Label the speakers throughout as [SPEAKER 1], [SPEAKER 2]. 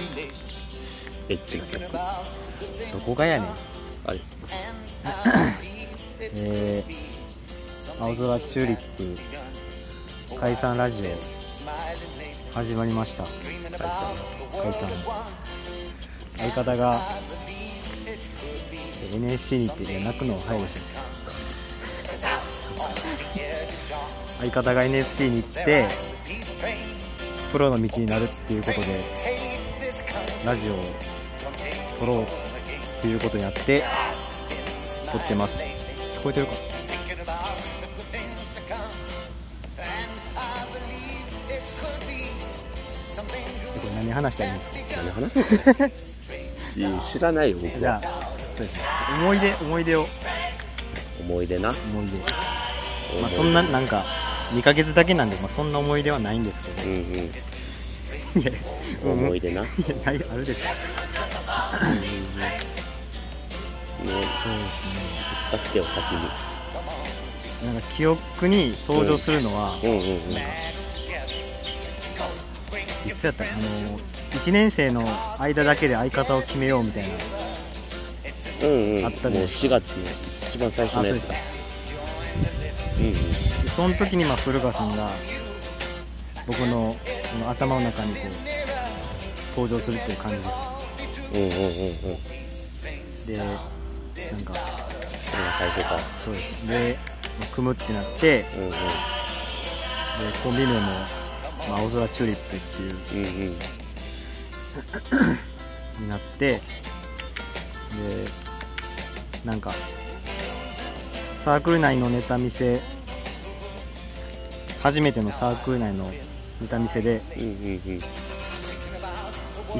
[SPEAKER 1] えっと曲どこがやねん
[SPEAKER 2] あれ
[SPEAKER 1] えー、青空チューリップ解散ラジオ始まりました解散相方がえー NSC に行ってね泣くのを早いでしょ相方が NSC に行ってプロの道になるっていうことでラジオを撮ろうっていうことになって撮ってます聞こえてるかえこれ何話したらいいんですか
[SPEAKER 2] 何話すのこれいや知らないよ僕
[SPEAKER 1] じゃ
[SPEAKER 2] は
[SPEAKER 1] あそうです思い出思い出を
[SPEAKER 2] 思い出な
[SPEAKER 1] 思い出まあそんななんか2ヶ月だけなんで、まあ、そんな思い出はないんです
[SPEAKER 2] うん
[SPEAKER 1] けどいや
[SPEAKER 2] うん
[SPEAKER 1] うん
[SPEAKER 2] 思い出な、ね、
[SPEAKER 1] いやないあるでしょそうですね
[SPEAKER 2] 助けを先に
[SPEAKER 1] なんか記憶に登場するのは、
[SPEAKER 2] うんうんうん
[SPEAKER 1] なんかいつやったかあの1年生の間だけで相方を決めようみたいな
[SPEAKER 2] うんうん
[SPEAKER 1] あったね
[SPEAKER 2] もう4月の一番最初
[SPEAKER 1] あそう
[SPEAKER 2] の
[SPEAKER 1] で
[SPEAKER 2] やつだ
[SPEAKER 1] す
[SPEAKER 2] うんうん
[SPEAKER 1] でその時にまあ古川さんが僕のその頭の中にこう登場するっていう感じで
[SPEAKER 2] うんうんうんうん
[SPEAKER 1] すでなんか
[SPEAKER 2] 最初か
[SPEAKER 1] そうですで、まあ組むってなってで
[SPEAKER 2] うんうん
[SPEAKER 1] コンビ名も、まあ、青空チューリップっていう
[SPEAKER 2] うんうん
[SPEAKER 1] になってでなんかサークル内のネタ見せ初めてのサークル内のネタ見せで
[SPEAKER 2] うんうんうんうん
[SPEAKER 1] 医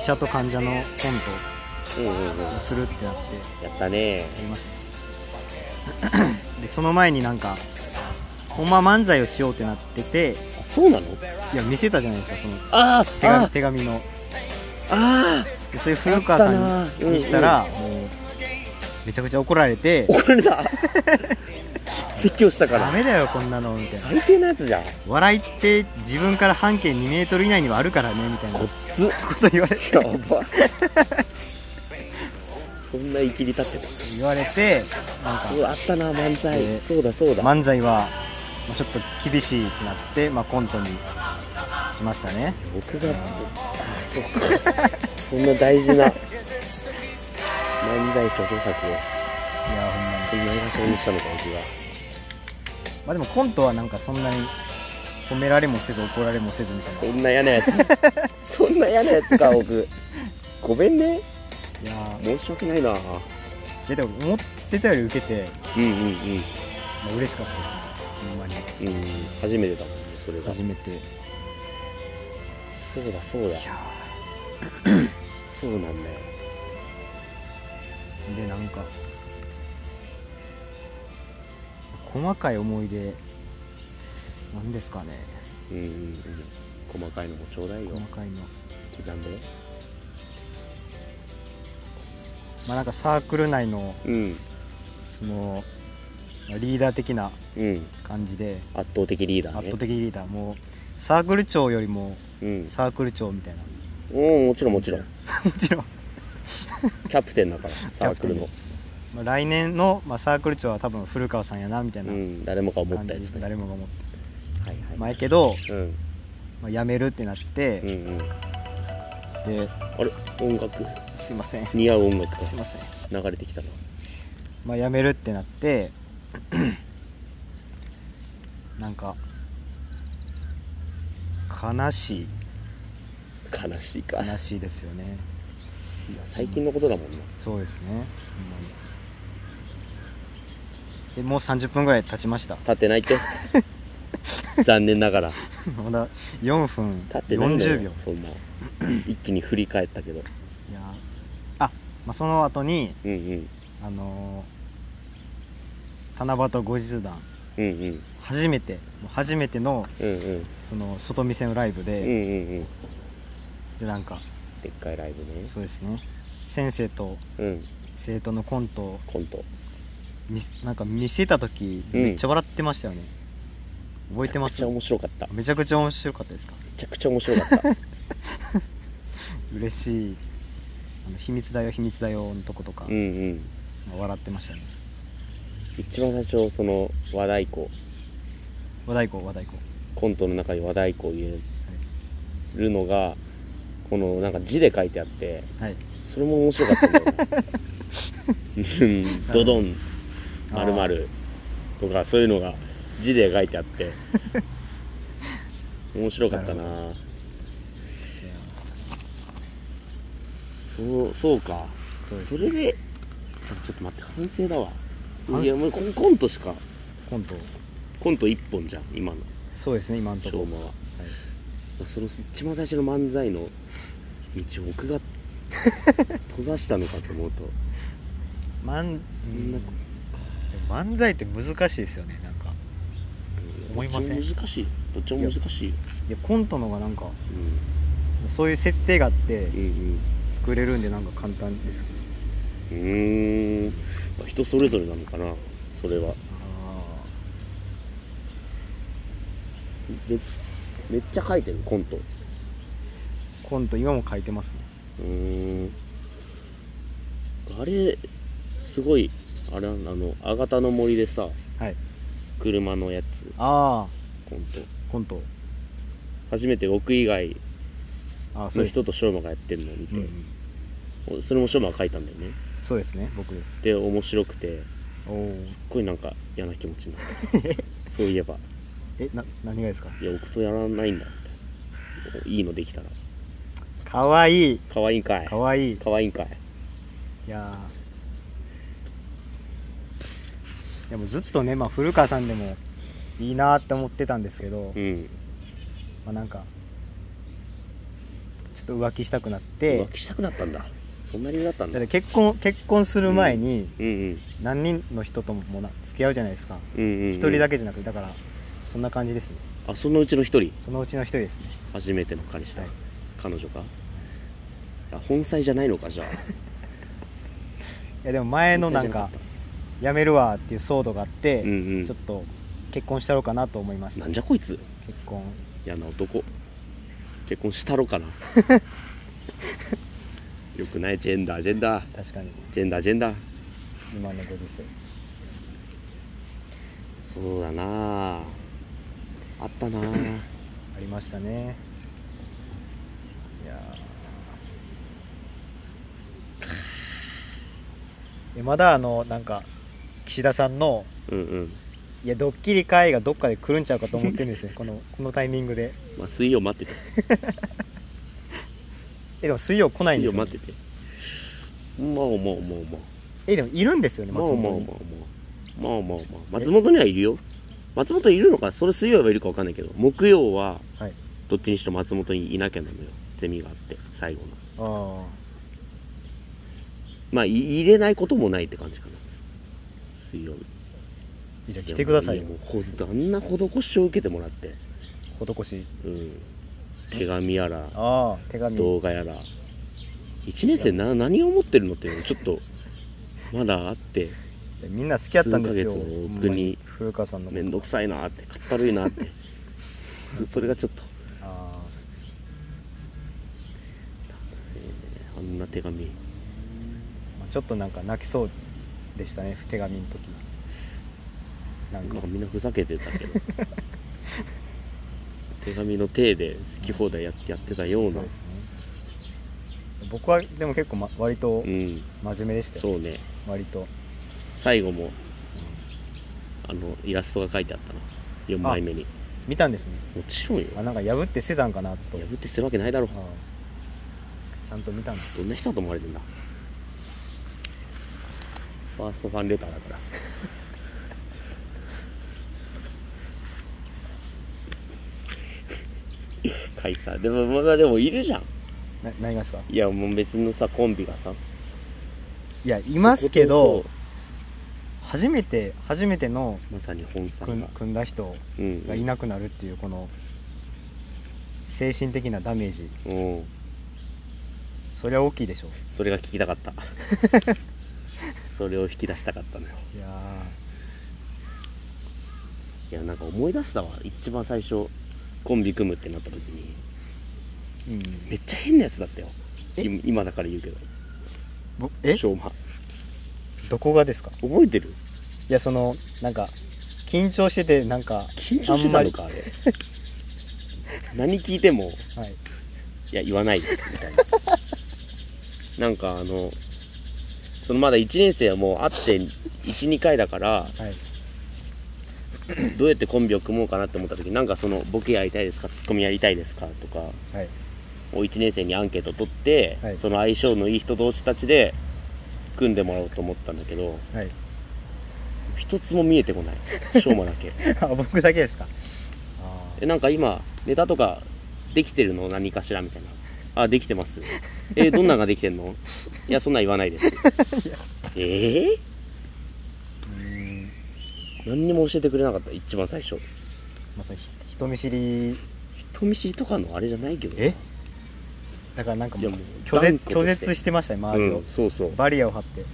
[SPEAKER 1] 者と患者のコン
[SPEAKER 2] うんうん
[SPEAKER 1] トをするってなって
[SPEAKER 2] やったね
[SPEAKER 1] やりましたでその前になんかほんま漫才をしようってなってて
[SPEAKER 2] あそうな
[SPEAKER 1] い
[SPEAKER 2] の
[SPEAKER 1] や見せたじゃないですかその
[SPEAKER 2] ああ
[SPEAKER 1] 手紙手紙の
[SPEAKER 2] あ
[SPEAKER 1] でそれ古川
[SPEAKER 2] あ
[SPEAKER 1] さん
[SPEAKER 2] ったな
[SPEAKER 1] ににしたら、もうめちゃくちゃ怒られて
[SPEAKER 2] あ怒るな説教したか
[SPEAKER 1] ダ
[SPEAKER 2] ら
[SPEAKER 1] メだよこんなのみたいな
[SPEAKER 2] 最低なやつじゃんこ
[SPEAKER 1] 笑いって自分から半径2メートル以内にはあるからねみたいなこ
[SPEAKER 2] っつ
[SPEAKER 1] と言われて
[SPEAKER 2] やばそんな生きり立ってた
[SPEAKER 1] 言われてなんか
[SPEAKER 2] そうあったな漫才、
[SPEAKER 1] ね
[SPEAKER 2] そうだそうだ、
[SPEAKER 1] 漫才はまあちょっと厳しいってなって、まあ、コントにしましたね
[SPEAKER 2] 僕がちょっとあそうかそんな大事な漫才諸著作を
[SPEAKER 1] いやほんまに
[SPEAKER 2] こんな映画賞にしたのか僕が
[SPEAKER 1] まあでもコントはなんかそんなに褒められもせず怒られもせずみたいな
[SPEAKER 2] そんな嫌な やつそんな嫌なやつか僕ごめん
[SPEAKER 1] い
[SPEAKER 2] ね
[SPEAKER 1] や
[SPEAKER 2] 申し訳ないな
[SPEAKER 1] ーでも思ってたより受けて、
[SPEAKER 2] うんうんうんうん
[SPEAKER 1] まあ、嬉しかったですねほんまに
[SPEAKER 2] 初めてだもんねそれが
[SPEAKER 1] 初めてい
[SPEAKER 2] そうだそうだ
[SPEAKER 1] や
[SPEAKER 2] そうなんだよ
[SPEAKER 1] ーでなんか細かい思い出なんですかね
[SPEAKER 2] うんうんうん細かいのもちょうだいよ
[SPEAKER 1] 細かいの
[SPEAKER 2] 刻んで
[SPEAKER 1] まあなんかサークル内の
[SPEAKER 2] うん
[SPEAKER 1] そのまあリーダー的な
[SPEAKER 2] うん
[SPEAKER 1] 感じで
[SPEAKER 2] 圧倒的リーダーね
[SPEAKER 1] 圧倒的リーダーもうサークル長よりも
[SPEAKER 2] うん
[SPEAKER 1] サークル長みたいな
[SPEAKER 2] うんもちろんもちろん
[SPEAKER 1] もちろん
[SPEAKER 2] キャプテンだからサークルの
[SPEAKER 1] まあ来年の、まあ、サークル長は多分古川さんやなみたいうなん
[SPEAKER 2] 誰もが思っ
[SPEAKER 1] 感
[SPEAKER 2] たやつ
[SPEAKER 1] じで
[SPEAKER 2] ね
[SPEAKER 1] 誰もが思って
[SPEAKER 2] はいはい
[SPEAKER 1] 前けど、
[SPEAKER 2] うん
[SPEAKER 1] まあ、辞めるってなって、
[SPEAKER 2] うんうん
[SPEAKER 1] で
[SPEAKER 2] あれ音楽
[SPEAKER 1] すいません
[SPEAKER 2] 似合う音楽が
[SPEAKER 1] すいません、
[SPEAKER 2] 流れてきたな
[SPEAKER 1] まあ、辞めるってなって なんか悲しい
[SPEAKER 2] 悲しいか
[SPEAKER 1] 悲しいですよね
[SPEAKER 2] 最近のことだもんな
[SPEAKER 1] そうですねほんまにでもう30分ぐらい経ちました
[SPEAKER 2] 立ってないって残念ながら
[SPEAKER 1] まだ4分
[SPEAKER 2] 立ってないんだよ
[SPEAKER 1] 40秒
[SPEAKER 2] そんな一気に振り返ったけど
[SPEAKER 1] いやあ、まあ、その後に
[SPEAKER 2] うんうん
[SPEAKER 1] あのー七夕後日談
[SPEAKER 2] うんうん
[SPEAKER 1] 初めてもう初めての
[SPEAKER 2] うんうん
[SPEAKER 1] その外見せのライブ
[SPEAKER 2] うんう
[SPEAKER 1] で、
[SPEAKER 2] んうん
[SPEAKER 1] でなんか
[SPEAKER 2] でっかいライブね
[SPEAKER 1] そうですね先生と
[SPEAKER 2] うん
[SPEAKER 1] 生徒のコントを
[SPEAKER 2] コント
[SPEAKER 1] 見なんか見せた時
[SPEAKER 2] うん
[SPEAKER 1] めっちゃ笑ってましたよね、覚えてます
[SPEAKER 2] めちゃくちゃ面白かっため
[SPEAKER 1] めちゃくちゃ面白かったですか
[SPEAKER 2] ちゃくちゃ面白かった
[SPEAKER 1] 嬉しいあの秘密だよ秘密だよのとことか、
[SPEAKER 2] うんうん
[SPEAKER 1] 笑ってましたね
[SPEAKER 2] 一番最初その和太鼓
[SPEAKER 1] 和太鼓和太鼓
[SPEAKER 2] コントの中に和太鼓を入れるのがこのなんか字で書いてあって
[SPEAKER 1] はい
[SPEAKER 2] それも面白かったんだよ なうんドドン
[SPEAKER 1] あー
[SPEAKER 2] まるまるとかそういうのが字で書いてあって面白かったなそうそうか
[SPEAKER 1] そうです
[SPEAKER 2] それでちょっと待って反省だわ
[SPEAKER 1] 反省
[SPEAKER 2] いやもうコンコントしか
[SPEAKER 1] コント
[SPEAKER 2] コント1本じゃん今の
[SPEAKER 1] そうですね今のと
[SPEAKER 2] 昭
[SPEAKER 1] こ
[SPEAKER 2] 和は
[SPEAKER 1] はい
[SPEAKER 2] その一番最初の漫才の道を僕が閉ざしたのかと思うと
[SPEAKER 1] 漫
[SPEAKER 2] そんな
[SPEAKER 1] うん漫才って難しいですよねなんか思いません
[SPEAKER 2] どっちも難しいどっちも難しいよ
[SPEAKER 1] いやコントの方がなんかそういう設定があって
[SPEAKER 2] うんうん
[SPEAKER 1] 作れるんでなんか簡単ですけど
[SPEAKER 2] うんうーんまあ人それぞれなのかなそれはでめっちゃ書いてるコント
[SPEAKER 1] コント今も書いてますね
[SPEAKER 2] うーんあれすごいあれあの「あがたの森」でさ
[SPEAKER 1] はい
[SPEAKER 2] 車のやつ
[SPEAKER 1] ああ
[SPEAKER 2] コント
[SPEAKER 1] コント
[SPEAKER 2] 初めて僕以外
[SPEAKER 1] ああそう
[SPEAKER 2] の
[SPEAKER 1] です、
[SPEAKER 2] 人と翔馬がやってるのを見
[SPEAKER 1] うんう
[SPEAKER 2] て、
[SPEAKER 1] ん
[SPEAKER 2] それも翔馬が書いたんだよね
[SPEAKER 1] そうですね僕です
[SPEAKER 2] で面白くて
[SPEAKER 1] おお
[SPEAKER 2] すっごいなんか嫌な気持ちになった そういえば
[SPEAKER 1] えな何がですか
[SPEAKER 2] いや僕とやらないんだっていいのできたら
[SPEAKER 1] かわいい
[SPEAKER 2] 可愛いんかい
[SPEAKER 1] かわいい
[SPEAKER 2] 可愛いんかい
[SPEAKER 1] いやーでもずっとね、まあ、古川さんでもいいなーって思ってたんですけど、
[SPEAKER 2] うん
[SPEAKER 1] まあ、なんかちょっと浮気したくなって
[SPEAKER 2] 浮気したくなったんだそんな理由だったん
[SPEAKER 1] だ
[SPEAKER 2] だ
[SPEAKER 1] って結婚結婚する前に
[SPEAKER 2] うんうん
[SPEAKER 1] 何人の人とももな付き合うじゃないですか
[SPEAKER 2] うんうんうん
[SPEAKER 1] 一、人だけじゃなくてだからそんな感じですね
[SPEAKER 2] あそのうちの一人
[SPEAKER 1] そのうちの一人ですね
[SPEAKER 2] 初めての彼氏だ、
[SPEAKER 1] はい
[SPEAKER 2] 彼女かあ本妻じゃないのかじゃあ
[SPEAKER 1] いやでも前のなん
[SPEAKER 2] 本
[SPEAKER 1] か
[SPEAKER 2] 妻じゃ
[SPEAKER 1] やめるわっていう騒動があって、
[SPEAKER 2] うんうん
[SPEAKER 1] ちょっと結婚したろうかなと思いました
[SPEAKER 2] なんじゃこいつ
[SPEAKER 1] 結婚
[SPEAKER 2] 嫌な男結婚したろかな よくないジェンダージェンダー
[SPEAKER 1] 確かに
[SPEAKER 2] ジェンダージェンダー
[SPEAKER 1] 今のご時世
[SPEAKER 2] そうだなああったなあ
[SPEAKER 1] ありましたねいやーえ まだあのなんか岸田さんの
[SPEAKER 2] うんうん
[SPEAKER 1] いやドッキリ会がどっかで来るんちゃうかと思ってるん ですよこのこのタイミングで
[SPEAKER 2] まあ水曜待ってて
[SPEAKER 1] えでも水曜来ないんです
[SPEAKER 2] 水曜
[SPEAKER 1] よ、
[SPEAKER 2] 待っててまあまあまあまあ
[SPEAKER 1] えでもいるんですよね
[SPEAKER 2] まあ
[SPEAKER 1] 松
[SPEAKER 2] まあ
[SPEAKER 1] 本
[SPEAKER 2] ま
[SPEAKER 1] に
[SPEAKER 2] あまあまあまあまあ松本にはいるよ松本いるのかそれ水曜はいるか分かんないけど木曜は
[SPEAKER 1] はい
[SPEAKER 2] どっちにしても松本にいなきゃなのよゼミがあって最後の
[SPEAKER 1] あ
[SPEAKER 2] まあい入れないこともないって感じかな水曜日
[SPEAKER 1] あじゃあ来てくださいよ
[SPEAKER 2] やもうほあんな施しを受けてもらって
[SPEAKER 1] 施し
[SPEAKER 2] うん手紙やら
[SPEAKER 1] ああ手紙
[SPEAKER 2] 動画やら1年生な何を思ってるのっていうのちょっとまだあって
[SPEAKER 1] みんな好きやったんですよ
[SPEAKER 2] 数ヶ月の奥に
[SPEAKER 1] ほんま古川さんの
[SPEAKER 2] 面倒くさいなってかったるいなってそれがちょっと
[SPEAKER 1] あ
[SPEAKER 2] あんな手紙
[SPEAKER 1] あまあちょっとなんか泣きそうでしたね手紙の時なん
[SPEAKER 2] なん
[SPEAKER 1] か
[SPEAKER 2] かみんなふざけてたけど 手紙の体で好き放題ややってたよう
[SPEAKER 1] そ
[SPEAKER 2] な
[SPEAKER 1] うですね僕はでも結構、ま、割と
[SPEAKER 2] うん
[SPEAKER 1] 真面目でしたよ、
[SPEAKER 2] そうね
[SPEAKER 1] 割と
[SPEAKER 2] 最後もあのイラストが書いてあったな4枚目に
[SPEAKER 1] 見たんですね
[SPEAKER 2] もちろんよ
[SPEAKER 1] あなんか破って捨てたんかなと
[SPEAKER 2] 破って捨てるわけないだろ
[SPEAKER 1] ああちゃんと見たんです
[SPEAKER 2] どんな人だと思われてんだファーストファンレターだから解散でもまあでもいるじゃん
[SPEAKER 1] な何がですか
[SPEAKER 2] いやもう別のさコンビがさい
[SPEAKER 1] いやいますけど初めて初めての
[SPEAKER 2] まさに本さ
[SPEAKER 1] 組
[SPEAKER 2] ん
[SPEAKER 1] ん
[SPEAKER 2] が、
[SPEAKER 1] 組んだ人
[SPEAKER 2] うん
[SPEAKER 1] がいなくなるっていうこの精神的なダメージ
[SPEAKER 2] うん
[SPEAKER 1] それは大きいでしょ
[SPEAKER 2] それが聞きたかった それを引き出したかったのよ
[SPEAKER 1] いや
[SPEAKER 2] いやなんか思い出したわ一番最初コンビ組むってなった時に
[SPEAKER 1] うん
[SPEAKER 2] めっちゃ変なやつだったよ
[SPEAKER 1] え
[SPEAKER 2] 今今だから言うけど
[SPEAKER 1] ぼえ
[SPEAKER 2] しょうま
[SPEAKER 1] どこがですか
[SPEAKER 2] 覚えてる
[SPEAKER 1] いやそのなんか緊張しててなんか
[SPEAKER 2] 緊張してたのかあれ何聞いても
[SPEAKER 1] はい
[SPEAKER 2] いや言わないですみたいななんかあのそのまだ1年生はもう会って12回だから
[SPEAKER 1] はい
[SPEAKER 2] どうやってコンビを組もうかなって思った時なんかそのボケやりたいですかツッコミやりたいですかとか
[SPEAKER 1] はい
[SPEAKER 2] を1年生にアンケート取って、
[SPEAKER 1] はい
[SPEAKER 2] その相性のいい人同士たちで組んでもらおうと思ったんだけど
[SPEAKER 1] はい
[SPEAKER 2] 一つも見えてこないしょうまだけ
[SPEAKER 1] あ僕だけですかあ
[SPEAKER 2] えなんか今ネタとかできてるの何かしらみたいなあできてます えどんなんができてんのいやそんなん言わないですえ
[SPEAKER 1] ー
[SPEAKER 2] え
[SPEAKER 1] うーん
[SPEAKER 2] 何にも教えてくれなかった一番最初
[SPEAKER 1] まあそれひ人見知り
[SPEAKER 2] 人見知りとかのあれじゃないけど
[SPEAKER 1] えだからなんか
[SPEAKER 2] い
[SPEAKER 1] も
[SPEAKER 2] や
[SPEAKER 1] う
[SPEAKER 2] もう
[SPEAKER 1] 拒絶
[SPEAKER 2] 断固
[SPEAKER 1] 拒
[SPEAKER 2] として
[SPEAKER 1] 絶してましたね周
[SPEAKER 2] う
[SPEAKER 1] りを
[SPEAKER 2] ん、そうそう
[SPEAKER 1] バリアを張って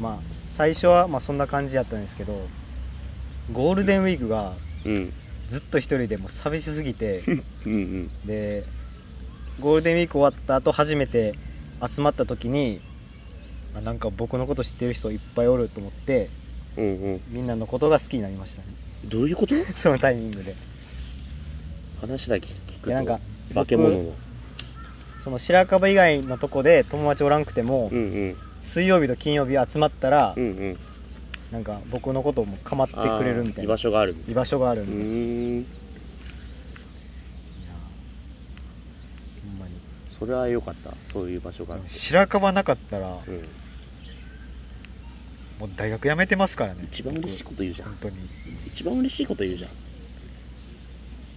[SPEAKER 1] まあ最初はまあそんな感じやったんですけどゴールデンウィークが
[SPEAKER 2] うん
[SPEAKER 1] ずっと一人でもう寂しすぎて
[SPEAKER 2] うんうん
[SPEAKER 1] でゴールデンウィーク終わった後初めて集まった時にあなんか僕のこと知ってる人いっぱいおると思って
[SPEAKER 2] うんうん
[SPEAKER 1] みんなのことが好きになりました ね
[SPEAKER 2] どういうこと
[SPEAKER 1] そのタイミングで
[SPEAKER 2] 話だけ聞く
[SPEAKER 1] でなんか
[SPEAKER 2] と 化け物の
[SPEAKER 1] その白樺以外のとこで友達おらんくても、
[SPEAKER 2] うんうん
[SPEAKER 1] 水曜日と金曜日集まったら、
[SPEAKER 2] うんうん
[SPEAKER 1] なんか僕のことをもう構ってくれるみた
[SPEAKER 2] あー居
[SPEAKER 1] いな
[SPEAKER 2] 場所があるみたい
[SPEAKER 1] 居場所があるん
[SPEAKER 2] なう
[SPEAKER 1] で、いや
[SPEAKER 2] ーん
[SPEAKER 1] ほんまに
[SPEAKER 2] それは良かったそういう場所があって
[SPEAKER 1] 白樺なかったらも
[SPEAKER 2] う
[SPEAKER 1] う
[SPEAKER 2] ん
[SPEAKER 1] 大学辞めてますからね
[SPEAKER 2] 一番嬉しいこと言うじゃ
[SPEAKER 1] 僕本
[SPEAKER 2] ん
[SPEAKER 1] 当に
[SPEAKER 2] 一番嬉しいこと言うじゃん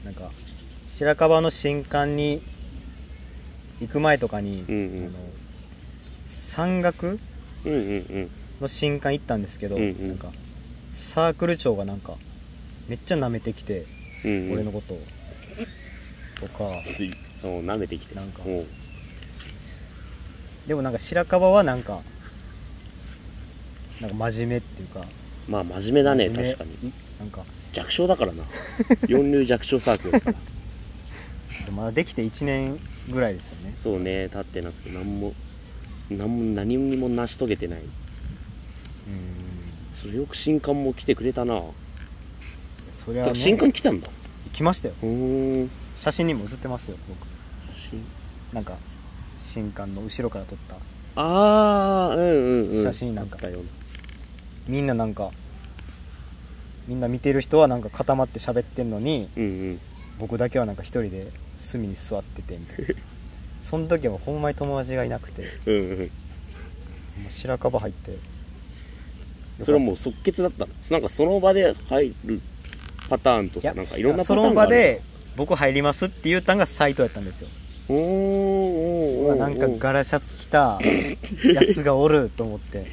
[SPEAKER 1] なんか白樺の新館に行く前とかに、
[SPEAKER 2] うんう
[SPEAKER 1] あ
[SPEAKER 2] ん
[SPEAKER 1] の山岳
[SPEAKER 2] うんうんうん
[SPEAKER 1] の新館行ったんですけど、
[SPEAKER 2] うんうん
[SPEAKER 1] なんかサークル長がなんかめっちゃ舐めてきて、
[SPEAKER 2] うんうん
[SPEAKER 1] 俺のことをとか
[SPEAKER 2] ちょっというん舐めてきて
[SPEAKER 1] なんか
[SPEAKER 2] うん
[SPEAKER 1] でもなんか白樺はなんかなんか真面目っていうか
[SPEAKER 2] まあ真面目だね
[SPEAKER 1] 真面目
[SPEAKER 2] 確かに
[SPEAKER 1] なんか
[SPEAKER 2] 弱小だか らな四流弱小サークルだから
[SPEAKER 1] でもまだできて1年ぐらいですよね
[SPEAKER 2] そうね立ってなくて何も何も何にも成し遂げてない
[SPEAKER 1] うん
[SPEAKER 2] それよく新刊も来てくれたな、
[SPEAKER 1] それ
[SPEAKER 2] て
[SPEAKER 1] は、
[SPEAKER 2] か
[SPEAKER 1] ね、
[SPEAKER 2] 新刊来たんだ
[SPEAKER 1] 来ましたよ
[SPEAKER 2] うーん
[SPEAKER 1] 写真にも写ってますよ僕
[SPEAKER 2] 新
[SPEAKER 1] なんか新刊の後ろから撮った
[SPEAKER 2] ああうんうんうん
[SPEAKER 1] 写真なんか
[SPEAKER 2] あったよ
[SPEAKER 1] みんななんかみんな見てる人はなんか固まって喋ってんのに
[SPEAKER 2] うんうん
[SPEAKER 1] 僕だけはなんか一人で隅に座っててみたい なその時はほんまに友達がいなくても
[SPEAKER 2] うんうん
[SPEAKER 1] う白樺入って
[SPEAKER 2] それはもう即決だったのなんかその場で入るパターンと
[SPEAKER 1] いや
[SPEAKER 2] さなんかいろんなパ
[SPEAKER 1] そ
[SPEAKER 2] ター
[SPEAKER 1] の
[SPEAKER 2] ンがあ
[SPEAKER 1] 場
[SPEAKER 2] る
[SPEAKER 1] で僕入りますって言ったんが斎藤やったんですよ
[SPEAKER 2] おーおー
[SPEAKER 1] う
[SPEAKER 2] おー
[SPEAKER 1] わ
[SPEAKER 2] おー
[SPEAKER 1] なんかガラシャツ着たやつがおると思って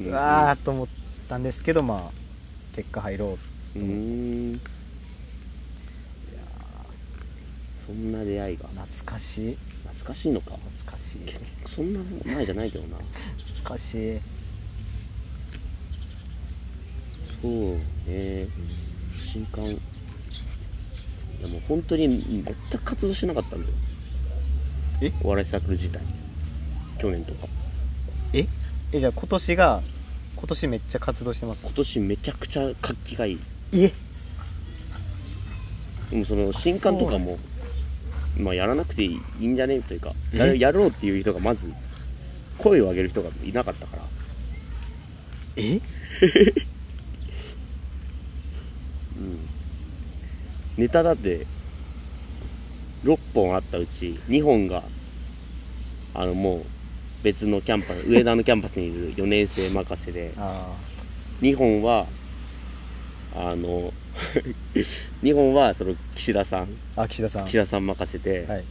[SPEAKER 2] うん
[SPEAKER 1] う
[SPEAKER 2] うん
[SPEAKER 1] わーと思ったんですけどまあ結果入ろう
[SPEAKER 2] うーんそんな出会いが
[SPEAKER 1] 懐かしい
[SPEAKER 2] 懐かしいのか
[SPEAKER 1] 懐かしい
[SPEAKER 2] そんな前じゃないけどな
[SPEAKER 1] 懐かしい
[SPEAKER 2] そうね新刊いやもう本当に全く活動してなかったんだよ
[SPEAKER 1] え
[SPEAKER 2] お笑いサークル自体去年とか
[SPEAKER 1] ええじゃあ今年が今年めっちゃ活動してます
[SPEAKER 2] 今年めちゃくちゃ活気がいい
[SPEAKER 1] え
[SPEAKER 2] でもその新刊とかもまあやらなくていいんじゃねというかやる
[SPEAKER 1] え
[SPEAKER 2] やろうっていう人がまず声を上げる人がいなかったから
[SPEAKER 1] え
[SPEAKER 2] うんネタだって6本あったうち2本があのもう別のキャンパス上田のキャンパスにいる4年生任せで
[SPEAKER 1] あ
[SPEAKER 2] 2本はあの2本はその岸田さん
[SPEAKER 1] ーあ岸田さん
[SPEAKER 2] 岸田さん任せて、
[SPEAKER 1] はい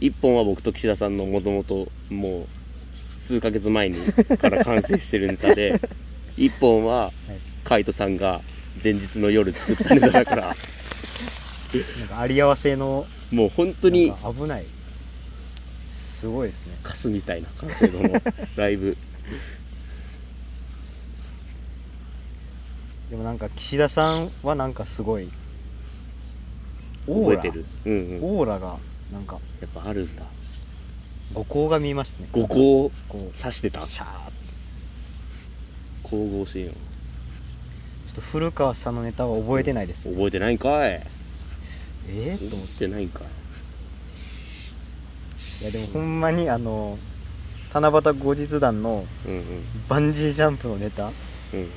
[SPEAKER 2] 1本は僕と岸田さんのもともともう数ヶ月前に から完成してるネタで1本は海人さんが前日の夜作ったネタだ から。
[SPEAKER 1] なんかあり合わせの
[SPEAKER 2] もう本当
[SPEAKER 1] 本
[SPEAKER 2] に
[SPEAKER 1] 危ないすごいですね
[SPEAKER 2] カスみたいな完成度 のライブ
[SPEAKER 1] でもなんか岸田さんはなんかすごいオー
[SPEAKER 2] 覚え
[SPEAKER 1] ラ
[SPEAKER 2] てるうんうん
[SPEAKER 1] オーラがなんか
[SPEAKER 2] やっぱあるんだ
[SPEAKER 1] 五光が見えましたね
[SPEAKER 2] 五光
[SPEAKER 1] こう
[SPEAKER 2] 刺してた
[SPEAKER 1] シャーって
[SPEAKER 2] 神々しいの
[SPEAKER 1] ちょっと古川さんのネタは覚えてないです、
[SPEAKER 2] 覚えてないんかい
[SPEAKER 1] えー、と
[SPEAKER 2] 思
[SPEAKER 1] 思っ
[SPEAKER 2] っててないんかい
[SPEAKER 1] いやでもほんまにあの七夕後日談の
[SPEAKER 2] うんうん
[SPEAKER 1] バンジージャンプのネタ
[SPEAKER 2] うんうん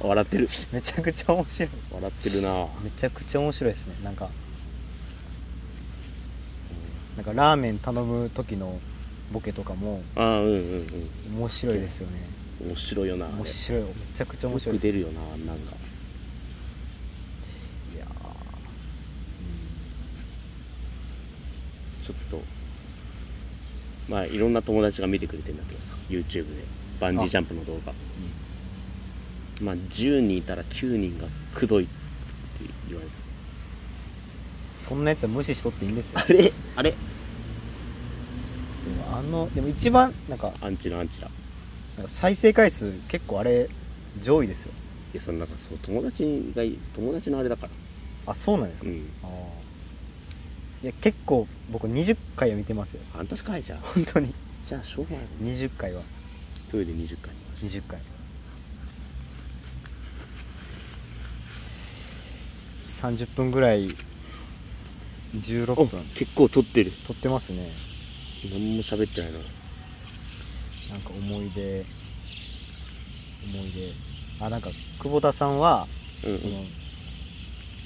[SPEAKER 2] 笑ってる
[SPEAKER 1] めちゃくちゃ面白い
[SPEAKER 2] 笑ってるな
[SPEAKER 1] めちゃくちゃ面白いですねなんかなんかラーメン頼む時のボケとかも
[SPEAKER 2] ああうんうん
[SPEAKER 1] 面白いですよね
[SPEAKER 2] うん面白いよなあれ
[SPEAKER 1] 面白いめちゃくちゃ面
[SPEAKER 2] よ
[SPEAKER 1] 白い
[SPEAKER 2] く
[SPEAKER 1] い
[SPEAKER 2] 出るよなあんなんか
[SPEAKER 1] やー
[SPEAKER 2] ちょっとまあいろんな友達が見てくれてんだけどさ YouTube でバンジージャンプの動画まあ10人いたら9人がくどいって言われる
[SPEAKER 1] そんなやつは無視しとっていいんですよ
[SPEAKER 2] あれあれ
[SPEAKER 1] でもあのでも一番なんか
[SPEAKER 2] アンチのアンチだい
[SPEAKER 1] なんか再生回数結構あれ上位ですよ
[SPEAKER 2] やそのなんかそう友達がい友達のあれだから
[SPEAKER 1] あそうなんですか、
[SPEAKER 2] うん
[SPEAKER 1] あーいや結構僕20回は見てますよ
[SPEAKER 2] あんたしかいじゃん
[SPEAKER 1] 本当に
[SPEAKER 2] じゃあしょうがない
[SPEAKER 1] 20回は
[SPEAKER 2] トイレ20回見ました
[SPEAKER 1] 20回30分ぐらい16
[SPEAKER 2] お
[SPEAKER 1] 分
[SPEAKER 2] 結構撮ってる
[SPEAKER 1] 撮ってますね
[SPEAKER 2] 何も喋ってないな
[SPEAKER 1] なんか思い出思い出あなんか久保田さんは
[SPEAKER 2] うんうん
[SPEAKER 1] その、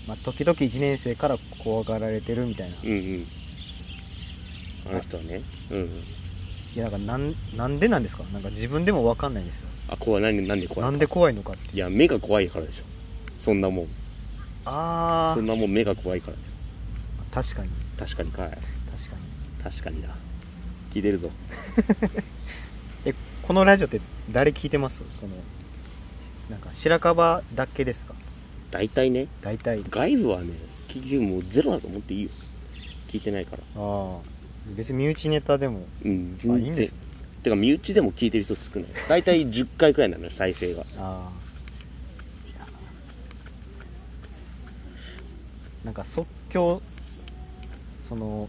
[SPEAKER 1] まあ、時々1年生から怖がられてるみたいな、
[SPEAKER 2] うんうんあの人はねうんうん
[SPEAKER 1] いやなんかなんなんでなんですかなんか自分でも分かんないんですよ
[SPEAKER 2] あ怖い何なんで怖い
[SPEAKER 1] なんで怖いのかって
[SPEAKER 2] いや目が怖いからでしょそんなもん
[SPEAKER 1] あ
[SPEAKER 2] そ
[SPEAKER 1] あ
[SPEAKER 2] んなもん目が怖いからだよ
[SPEAKER 1] 確かに
[SPEAKER 2] 確かにかい
[SPEAKER 1] 確かに
[SPEAKER 2] 確かにだ聞いてるぞ
[SPEAKER 1] えこのラジオって誰聞いてますそのなんか白樺だけですか
[SPEAKER 2] 大体ね
[SPEAKER 1] 大体
[SPEAKER 2] 外部はね聞いてもうゼロだと思っていいよ聞いてないから
[SPEAKER 1] ああ別に身内ネタでも
[SPEAKER 2] うん
[SPEAKER 1] あ
[SPEAKER 2] 全
[SPEAKER 1] いいん
[SPEAKER 2] 然
[SPEAKER 1] です
[SPEAKER 2] てか身内でも聞いてる人少ない大体10回くらいなのよ再生が
[SPEAKER 1] ああなんか即興その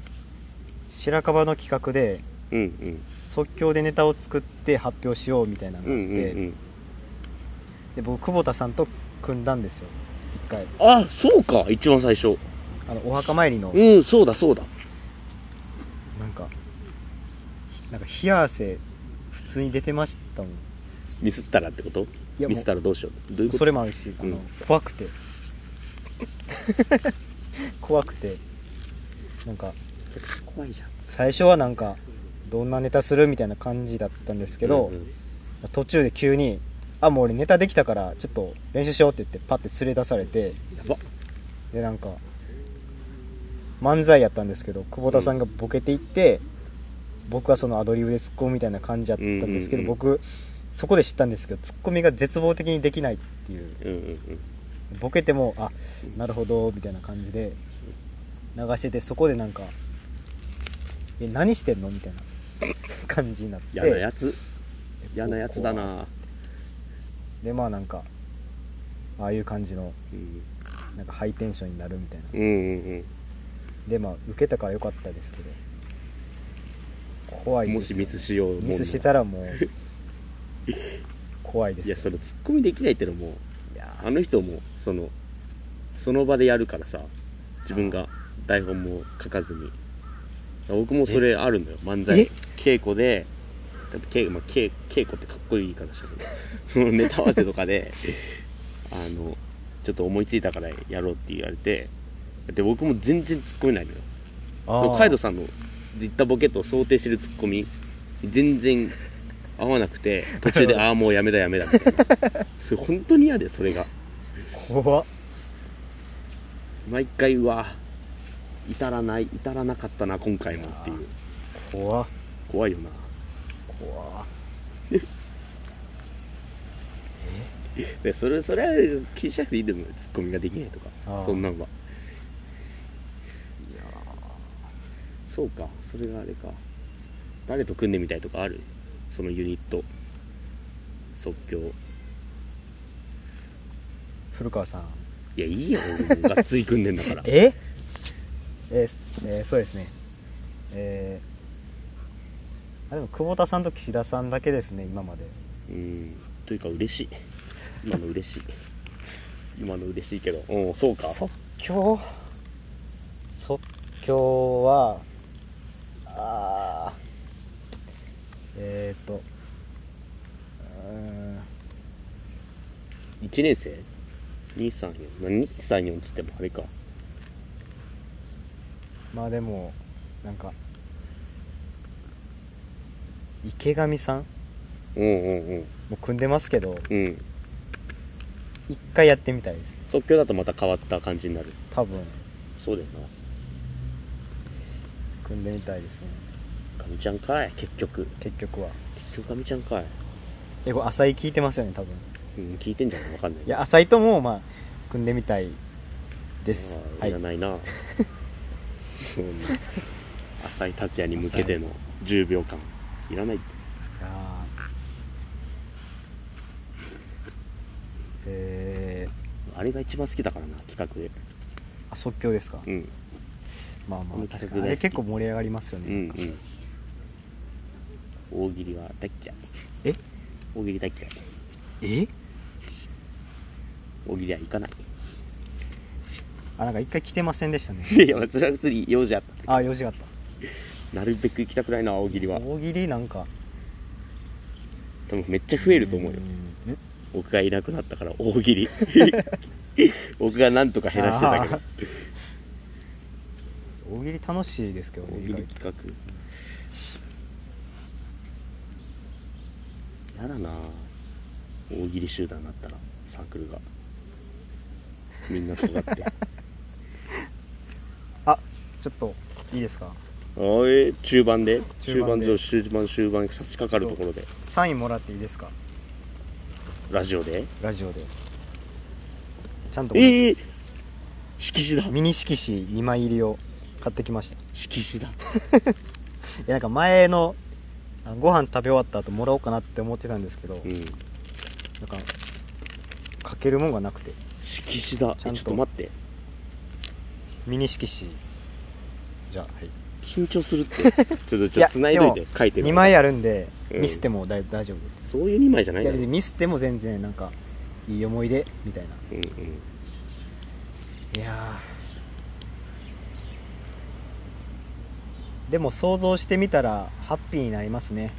[SPEAKER 1] 白樺の企画で
[SPEAKER 2] うんうん
[SPEAKER 1] 即興でネタを作って発表しようみたいなの
[SPEAKER 2] う
[SPEAKER 1] があっ
[SPEAKER 2] ん
[SPEAKER 1] て、
[SPEAKER 2] うんうん
[SPEAKER 1] で僕久保田さんと組んだんですよ一回
[SPEAKER 2] あそうか一番最初
[SPEAKER 1] あのお墓参りの
[SPEAKER 2] うんそうだそうだ
[SPEAKER 1] なんかなんか冷や汗普通に出てましたもんい
[SPEAKER 2] ミスったらってこと
[SPEAKER 1] や
[SPEAKER 2] ミスったらどうしようど
[SPEAKER 1] もう
[SPEAKER 2] ういうこ
[SPEAKER 1] そ
[SPEAKER 2] と
[SPEAKER 1] れもあるし、
[SPEAKER 2] うん
[SPEAKER 1] あの怖くて 怖くてなんか
[SPEAKER 2] 怖いじゃん
[SPEAKER 1] 最初はなんかどんなネタするみたいな感じだったんですけど、
[SPEAKER 2] うんうん
[SPEAKER 1] 途中で急に「あもう俺ネタできたからちょっと練習しよう」って言ってパッて連れ出されて
[SPEAKER 2] やば
[SPEAKER 1] でなんか漫才やったんですけど久保田さんがボケていって、僕はそのアドリブで突っ込むみたいな感じやったんですけど、
[SPEAKER 2] うんうんうん
[SPEAKER 1] 僕そこで知ったんですけどツッコミが絶望的にできないっていう
[SPEAKER 2] うんうんうん
[SPEAKER 1] ボケてもあなるほどみたいな感じで流しててそこでなんか「え何してんの?」みたいな 感じになって
[SPEAKER 2] 嫌なやつ
[SPEAKER 1] で
[SPEAKER 2] 嫌なやつだ
[SPEAKER 1] こ
[SPEAKER 2] な
[SPEAKER 1] うでまあなんかああいう感じの
[SPEAKER 2] うん
[SPEAKER 1] なんかハイテンションになるみたいな
[SPEAKER 2] うんうん
[SPEAKER 1] でまあ受けたから良かったですけど怖
[SPEAKER 2] う
[SPEAKER 1] い
[SPEAKER 2] ん
[SPEAKER 1] で
[SPEAKER 2] も
[SPEAKER 1] す
[SPEAKER 2] し
[SPEAKER 1] よ
[SPEAKER 2] ミスしようもんな
[SPEAKER 1] ミスしてたらもう怖いです
[SPEAKER 2] い
[SPEAKER 1] よ
[SPEAKER 2] やそれツッコミできないってのも
[SPEAKER 1] いや
[SPEAKER 2] あの人もそのその場でやるからさ自分が台本も書かずに僕もそれあるのよ漫才
[SPEAKER 1] え
[SPEAKER 2] 稽古で稽,、まあ、稽稽古ってかっこいい言い方したけどそのネタ合わせとかで あのちょっと思いついたからやろうって言われてで僕も全然突っ込めないのよ
[SPEAKER 1] あ
[SPEAKER 2] カイドさんの言ったボケと想定してるツッコミ全然合わなくて途中 でああもうやめだやめだみたいなそれ本当に嫌でそれが
[SPEAKER 1] 怖っ
[SPEAKER 2] 毎回うわ至らない至らなかったな今回もっていう
[SPEAKER 1] 怖っ
[SPEAKER 2] 怖いよな
[SPEAKER 1] 怖っ
[SPEAKER 2] でそれそれは気にしなくていいでもツッコミができないと
[SPEAKER 1] あ
[SPEAKER 2] か
[SPEAKER 1] ー
[SPEAKER 2] そんなんはい
[SPEAKER 1] や
[SPEAKER 2] そうかそれがあれか誰と組んでみたいとかあるそのユニット即興
[SPEAKER 1] 古川さん
[SPEAKER 2] いやいいよ俺もうがっつり組んでんだから
[SPEAKER 1] ええーすえーそうですねえーあでも久保田さんと岸田さんだけですね今まで
[SPEAKER 2] うんというか嬉しい今の嬉しい今の嬉しいけどうんそうか
[SPEAKER 1] 即興即興はあーえっ、ー、とうーん
[SPEAKER 2] 1年生234何234っつってもあれか
[SPEAKER 1] まあでもなんか池上さんも
[SPEAKER 2] うんうんうん
[SPEAKER 1] う組んでますけど
[SPEAKER 2] うん
[SPEAKER 1] 一回やってみたいです
[SPEAKER 2] 即興だとまた変わった感じになる
[SPEAKER 1] 多分
[SPEAKER 2] そうだよ
[SPEAKER 1] 組んでみたいですね
[SPEAKER 2] なかみちゃんかい結局
[SPEAKER 1] 結局は
[SPEAKER 2] 結局かみちゃんかい、
[SPEAKER 1] えこれ浅井聞いてますよね多分
[SPEAKER 2] うん、聞いてんじゃないわかんない
[SPEAKER 1] いや浅井ともまあ組んでみたいです
[SPEAKER 2] あ
[SPEAKER 1] は
[SPEAKER 2] ー
[SPEAKER 1] い
[SPEAKER 2] いらない な、そうね浅井達也に向けての10秒間いらないって
[SPEAKER 1] あーえ
[SPEAKER 2] あれが一番好きだからな企画で
[SPEAKER 1] ー、あ即興ですか、
[SPEAKER 2] うん
[SPEAKER 1] まあま
[SPEAKER 2] この
[SPEAKER 1] あ
[SPEAKER 2] 企
[SPEAKER 1] 確
[SPEAKER 2] 画
[SPEAKER 1] かにあれ
[SPEAKER 2] 大好き
[SPEAKER 1] 結構盛り上がりますよ
[SPEAKER 2] う
[SPEAKER 1] ね、
[SPEAKER 2] んうん大喜利は大っ嫌い
[SPEAKER 1] え
[SPEAKER 2] 大喜利大っ嫌い
[SPEAKER 1] え
[SPEAKER 2] 大喜利は行かない
[SPEAKER 1] あなんか一回来てませんでしたね
[SPEAKER 2] いやそれは普通に用事あった
[SPEAKER 1] あよしがあった
[SPEAKER 2] なるべく行きたくないな大喜利は
[SPEAKER 1] 大喜利なんか
[SPEAKER 2] 多分めっちゃ増えると思うよ
[SPEAKER 1] ん
[SPEAKER 2] 僕がいなくなったから大喜利 僕がなんとか減らしてたけど
[SPEAKER 1] 大喜利楽しいですけど
[SPEAKER 2] 大
[SPEAKER 1] ね
[SPEAKER 2] 喜
[SPEAKER 1] 意外
[SPEAKER 2] 利
[SPEAKER 1] と
[SPEAKER 2] 企画やだな大喜利集団になったらサークルがみんなとがって
[SPEAKER 1] ちょっといいですか
[SPEAKER 2] おい中盤で中
[SPEAKER 1] 中
[SPEAKER 2] 盤
[SPEAKER 1] 盤
[SPEAKER 2] 上
[SPEAKER 1] で
[SPEAKER 2] 終盤終盤差し掛かるところで
[SPEAKER 1] サインもらっていいですか
[SPEAKER 2] ラジオで
[SPEAKER 1] ラジオでちゃんと
[SPEAKER 2] ええ色紙だ
[SPEAKER 1] ミニ色紙2枚入りを買ってきました
[SPEAKER 2] 色紙だ
[SPEAKER 1] いやなんか前のあご飯食べ終わった後もらおうかなって思ってたんですけど、
[SPEAKER 2] うん
[SPEAKER 1] なんかかけるもんがなくて
[SPEAKER 2] 色紙だ
[SPEAKER 1] ち
[SPEAKER 2] え
[SPEAKER 1] ゃんと
[SPEAKER 2] ちょっと待って
[SPEAKER 1] ミニ色紙じゃあ、はい、
[SPEAKER 2] 緊張するって ちょっとちょっと繋いどいて
[SPEAKER 1] い
[SPEAKER 2] 書いてる
[SPEAKER 1] 2枚あるんで
[SPEAKER 2] うん
[SPEAKER 1] ミスっても大,、大丈夫です
[SPEAKER 2] そういう2枚じゃない
[SPEAKER 1] い
[SPEAKER 2] だ
[SPEAKER 1] や
[SPEAKER 2] ろ
[SPEAKER 1] 別にミスっても全然なんかいい思い出みたいな
[SPEAKER 2] うんうん
[SPEAKER 1] いやーでも想像してみたらハッピーになりますね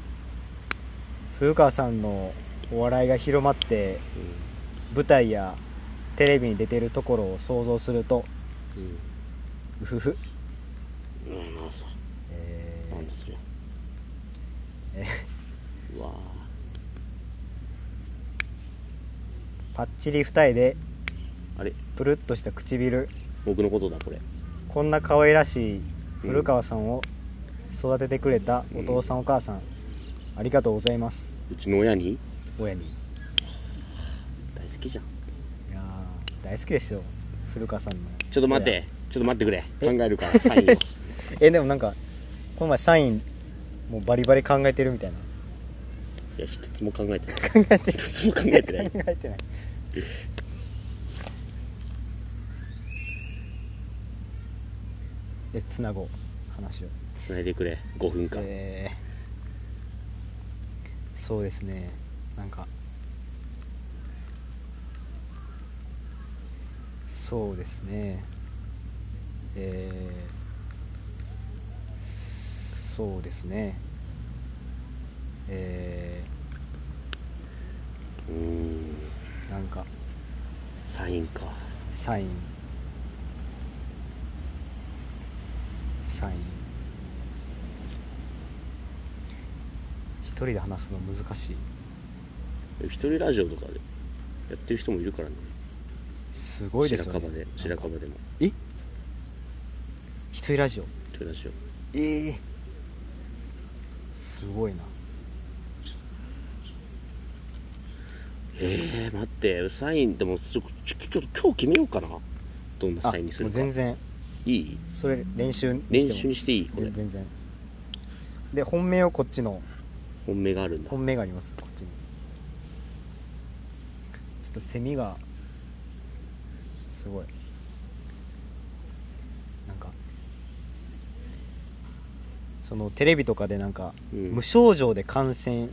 [SPEAKER 1] 古川さんのお笑いが広まって舞台やテレビに出てるところを想像すると
[SPEAKER 2] うんう
[SPEAKER 1] うふ
[SPEAKER 2] ん
[SPEAKER 1] ふ、
[SPEAKER 2] うんなんだそれ
[SPEAKER 1] え
[SPEAKER 2] なんだそれ
[SPEAKER 1] え
[SPEAKER 2] うわ
[SPEAKER 1] ー パッチリ二重で
[SPEAKER 2] あれ
[SPEAKER 1] プルッとした唇
[SPEAKER 2] 僕のことだこれ
[SPEAKER 1] こんな可愛らしい古川さんを育ててくれたお父さんお母さん、ありがとうございます
[SPEAKER 2] うちの親に
[SPEAKER 1] 親にい
[SPEAKER 2] 大好きじゃん
[SPEAKER 1] やー大好きですよ古川さんの
[SPEAKER 2] ちょっと待ってちょっと待ってくれ考えるからサ インを
[SPEAKER 1] えでもなんかこの前サインもうバリバリ考えてるみたいない
[SPEAKER 2] や一つも考えてない考えて一つも考えてない
[SPEAKER 1] 考えてないでつなごう話を
[SPEAKER 2] 繋いでくれ5分間、
[SPEAKER 1] えーそうですねなんかそうですねえーそうですねえ
[SPEAKER 2] うーん
[SPEAKER 1] ーなんか
[SPEAKER 2] サインか
[SPEAKER 1] サインサイン一人で話すの難しい
[SPEAKER 2] 一人ラジオとかでやってる人もいるからね
[SPEAKER 1] すごいですよ
[SPEAKER 2] 白
[SPEAKER 1] ね
[SPEAKER 2] 樺で白樺でも
[SPEAKER 1] 一人ラジオ
[SPEAKER 2] 一人ラジオ
[SPEAKER 1] ええすごいな
[SPEAKER 2] えー、待ってサインでもちょちょちょっと今日決めようかなどんな
[SPEAKER 1] あ
[SPEAKER 2] サインにす
[SPEAKER 1] も
[SPEAKER 2] る
[SPEAKER 1] う
[SPEAKER 2] か
[SPEAKER 1] 全然
[SPEAKER 2] いい
[SPEAKER 1] それ練習にしても
[SPEAKER 2] 練習にしていいこれ
[SPEAKER 1] 全全然で本命をこっちの
[SPEAKER 2] 本命があるんだ
[SPEAKER 1] 本命がありますこっちにちょっとセミがすごいなんかそのテレビとかでなんか、
[SPEAKER 2] うん
[SPEAKER 1] 無症状で感染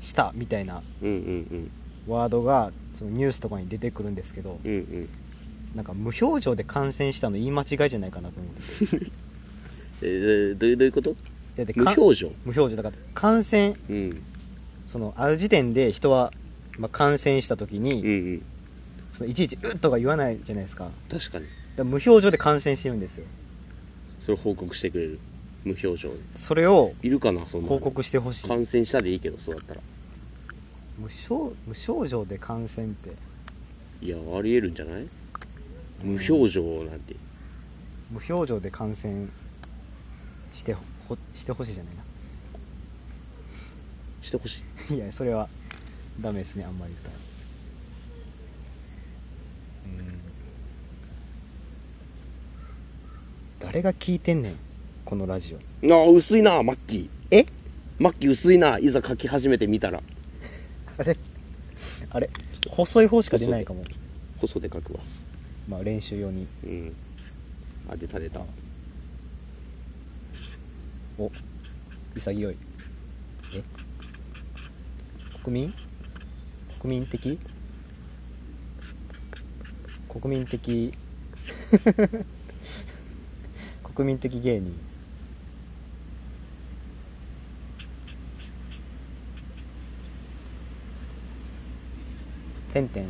[SPEAKER 1] したみたいな
[SPEAKER 2] うんうんうん
[SPEAKER 1] ワードがそのニュースとかに出てくるんですけど
[SPEAKER 2] うんうん
[SPEAKER 1] なんか無表情で感染したの言い間違いじゃないかなと思って
[SPEAKER 2] えーどういうどういうこと
[SPEAKER 1] だって
[SPEAKER 2] 無
[SPEAKER 1] か
[SPEAKER 2] 表情
[SPEAKER 1] 無表情だから感染
[SPEAKER 2] うん
[SPEAKER 1] そのある時点で人は、まあ、感染した時に、
[SPEAKER 2] うんうん
[SPEAKER 1] そのいちいち「うっ」とか言わないじゃないですかだか
[SPEAKER 2] 確かに
[SPEAKER 1] ら無表情で感染してるんですよ
[SPEAKER 2] それ報告してくれる無表情で
[SPEAKER 1] それを
[SPEAKER 2] いるかなそんなの
[SPEAKER 1] 報告してほしい
[SPEAKER 2] 感染したでいいけどそうだったら
[SPEAKER 1] 無症無症状で感染って
[SPEAKER 2] いやありえるんじゃない無表情なんて
[SPEAKER 1] 無表情で感染してほほしてほしいじゃないな
[SPEAKER 2] してほしい
[SPEAKER 1] いやそれはダメですねあんまり言ったらうん誰が聞いてんねんこのラジオ
[SPEAKER 2] ああ薄いなマッキー
[SPEAKER 1] え
[SPEAKER 2] マッキー薄いないざ書き始めてみたら
[SPEAKER 1] あれあれ細い方しか出ないかも
[SPEAKER 2] 細で書くわ
[SPEAKER 1] まあ練習用に
[SPEAKER 2] うんあ出た出た
[SPEAKER 1] お潔いえ国民国民的国民的 国民的芸人てんてん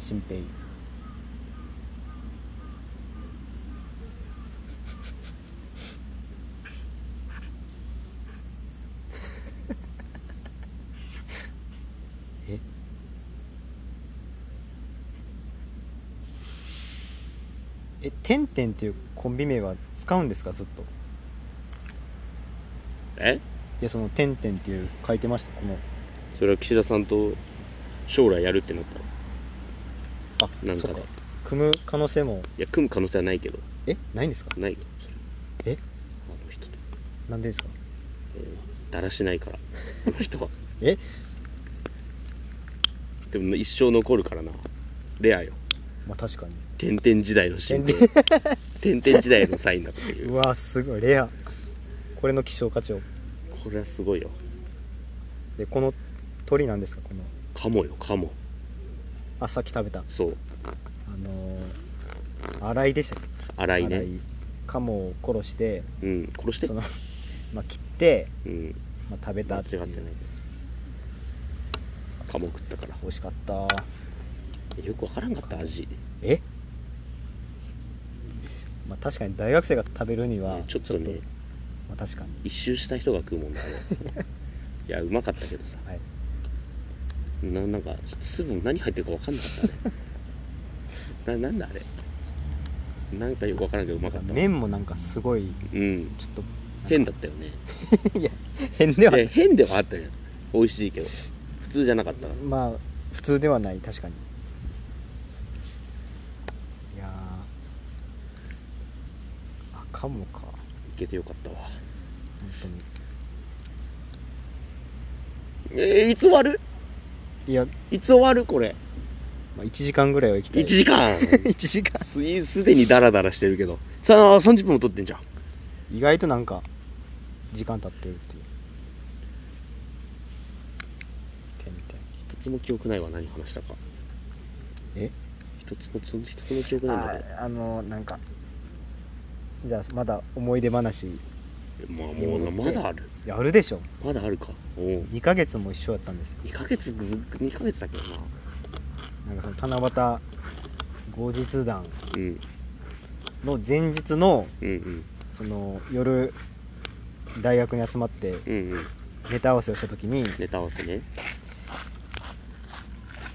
[SPEAKER 1] 新平えてんてんっていうコンビ名は使うんですかずっとい
[SPEAKER 2] え
[SPEAKER 1] やそのてんてんっていう書いてましたこの
[SPEAKER 2] それは岸田さんと将来やるってなったら
[SPEAKER 1] あ
[SPEAKER 2] なん
[SPEAKER 1] そ
[SPEAKER 2] か
[SPEAKER 1] っ
[SPEAKER 2] で
[SPEAKER 1] か
[SPEAKER 2] い
[SPEAKER 1] 組む可能性も
[SPEAKER 2] や組む可能性はないけど
[SPEAKER 1] えないんですか
[SPEAKER 2] ないよそれ
[SPEAKER 1] え
[SPEAKER 2] あの人と
[SPEAKER 1] なんでですか
[SPEAKER 2] だらしないからあの 人は
[SPEAKER 1] え
[SPEAKER 2] でも一生残るからなレアよ
[SPEAKER 1] まあ確かに
[SPEAKER 2] 天々時代のシーンで
[SPEAKER 1] 天
[SPEAKER 2] 天々時代のサインだっていう
[SPEAKER 1] うわすごいレアこれの希少価値を
[SPEAKER 2] これはすごいよ
[SPEAKER 1] でこの鳥なんですかこの
[SPEAKER 2] カモよカモ
[SPEAKER 1] あさっき食べたあ
[SPEAKER 2] そう
[SPEAKER 1] のー、洗いでしたっ
[SPEAKER 2] 荒
[SPEAKER 1] け
[SPEAKER 2] いね
[SPEAKER 1] 洗いカモを殺して
[SPEAKER 2] うん殺して
[SPEAKER 1] その、 まあ、切って、
[SPEAKER 2] うん
[SPEAKER 1] まあ、食べたっ
[SPEAKER 2] 間違って
[SPEAKER 1] てい
[SPEAKER 2] な
[SPEAKER 1] う
[SPEAKER 2] いカモ食ったから
[SPEAKER 1] 美味しかった
[SPEAKER 2] よくわからんかった味
[SPEAKER 1] えまあ確かに大学生が食べるには
[SPEAKER 2] ちょっとね
[SPEAKER 1] まあ、確かに
[SPEAKER 2] 一周した人が食うもんだねいやうまかったけどさ
[SPEAKER 1] はい
[SPEAKER 2] ななんか粒も何入ってるか分かんなかったねななんだあれなんかよく分からんけどうまかったわ
[SPEAKER 1] 麺もなんかすごい
[SPEAKER 2] うん
[SPEAKER 1] ちょっと
[SPEAKER 2] 変だったよね
[SPEAKER 1] 変ではい
[SPEAKER 2] や変ではあったよ美味しいけど普通じゃなかったから
[SPEAKER 1] まあ普通ではない確かにいやーあかもか本
[SPEAKER 2] いけてよかったわ
[SPEAKER 1] 当に
[SPEAKER 2] えー、いつ終わる
[SPEAKER 1] いや、
[SPEAKER 2] いつ終わるこれ
[SPEAKER 1] まあ、1時間ぐらいは行きたい
[SPEAKER 2] 1時間
[SPEAKER 1] 1時間
[SPEAKER 2] すいすでにダラダラしてるけどさあ30分も撮ってんじゃん
[SPEAKER 1] 意外となんか時間経ってるっていうてんてん
[SPEAKER 2] 一つも記憶ないわ何話したか
[SPEAKER 1] え
[SPEAKER 2] 一つもその一つも記憶ないんだけ
[SPEAKER 1] ああのなんかじゃあまだ思い出話い
[SPEAKER 2] どまあもうなまだある
[SPEAKER 1] やあるでしょ
[SPEAKER 2] まだあるかおう
[SPEAKER 1] 2ヶ月も一緒やったんですよ
[SPEAKER 2] 2ヶ月ぐ2ヶ月だけどな
[SPEAKER 1] なんかその七夕後日談
[SPEAKER 2] うん
[SPEAKER 1] の前日の
[SPEAKER 2] うんうん
[SPEAKER 1] その夜大学に集まって
[SPEAKER 2] うんうん
[SPEAKER 1] ネタ合わせをした時に
[SPEAKER 2] ネタ合わせね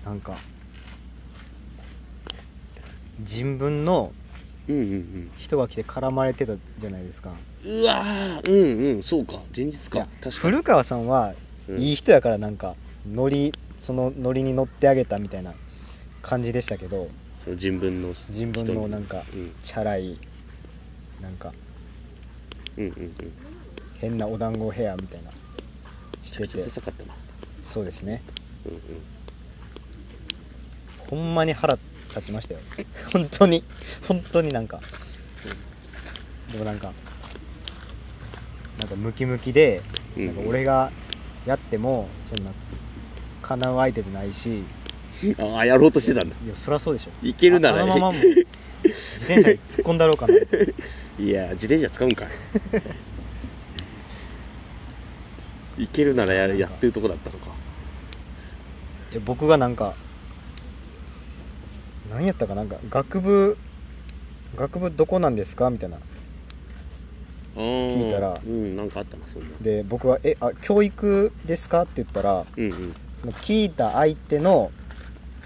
[SPEAKER 1] なんか人文の
[SPEAKER 2] うんうん
[SPEAKER 1] 人が来て絡まれてたじゃないですか
[SPEAKER 2] うんうわーうんうんそうか前日
[SPEAKER 1] いや
[SPEAKER 2] か確かに
[SPEAKER 1] 古川さんは
[SPEAKER 2] うん
[SPEAKER 1] いい人やからなんかノリそのノリに乗ってあげたみたいな感じでしたけど
[SPEAKER 2] その人文の
[SPEAKER 1] 人文のなんか
[SPEAKER 2] うん
[SPEAKER 1] チャラいなんか
[SPEAKER 2] うんうんうん
[SPEAKER 1] 変なお団子ヘアみたいな
[SPEAKER 2] め
[SPEAKER 1] し
[SPEAKER 2] ちゃ
[SPEAKER 1] て
[SPEAKER 2] くちゃ
[SPEAKER 1] て
[SPEAKER 2] ダサかったな
[SPEAKER 1] そうですね
[SPEAKER 2] うんうん
[SPEAKER 1] ほんまに腹立ちましたよ本当に本当になんかでもなんかなんかムキムキで、
[SPEAKER 2] うん
[SPEAKER 1] なんか俺がやってもそんな叶う相手じゃないし
[SPEAKER 2] ああやろうとしてたんだ
[SPEAKER 1] いやそりゃそうでしょ
[SPEAKER 2] いけるなら
[SPEAKER 1] ああのままもう自転車に突っ込んだろうかない
[SPEAKER 2] や自転車使うんか いいけるならややってるとこだったのか
[SPEAKER 1] え僕がなんか何やったかなんか学部学部どこなんですかみたいな
[SPEAKER 2] 聞
[SPEAKER 1] いたら
[SPEAKER 2] うんなんかあったなそんな
[SPEAKER 1] で僕は「えあ教育ですか?」って言ったら
[SPEAKER 2] うんうん
[SPEAKER 1] その聞いた相手の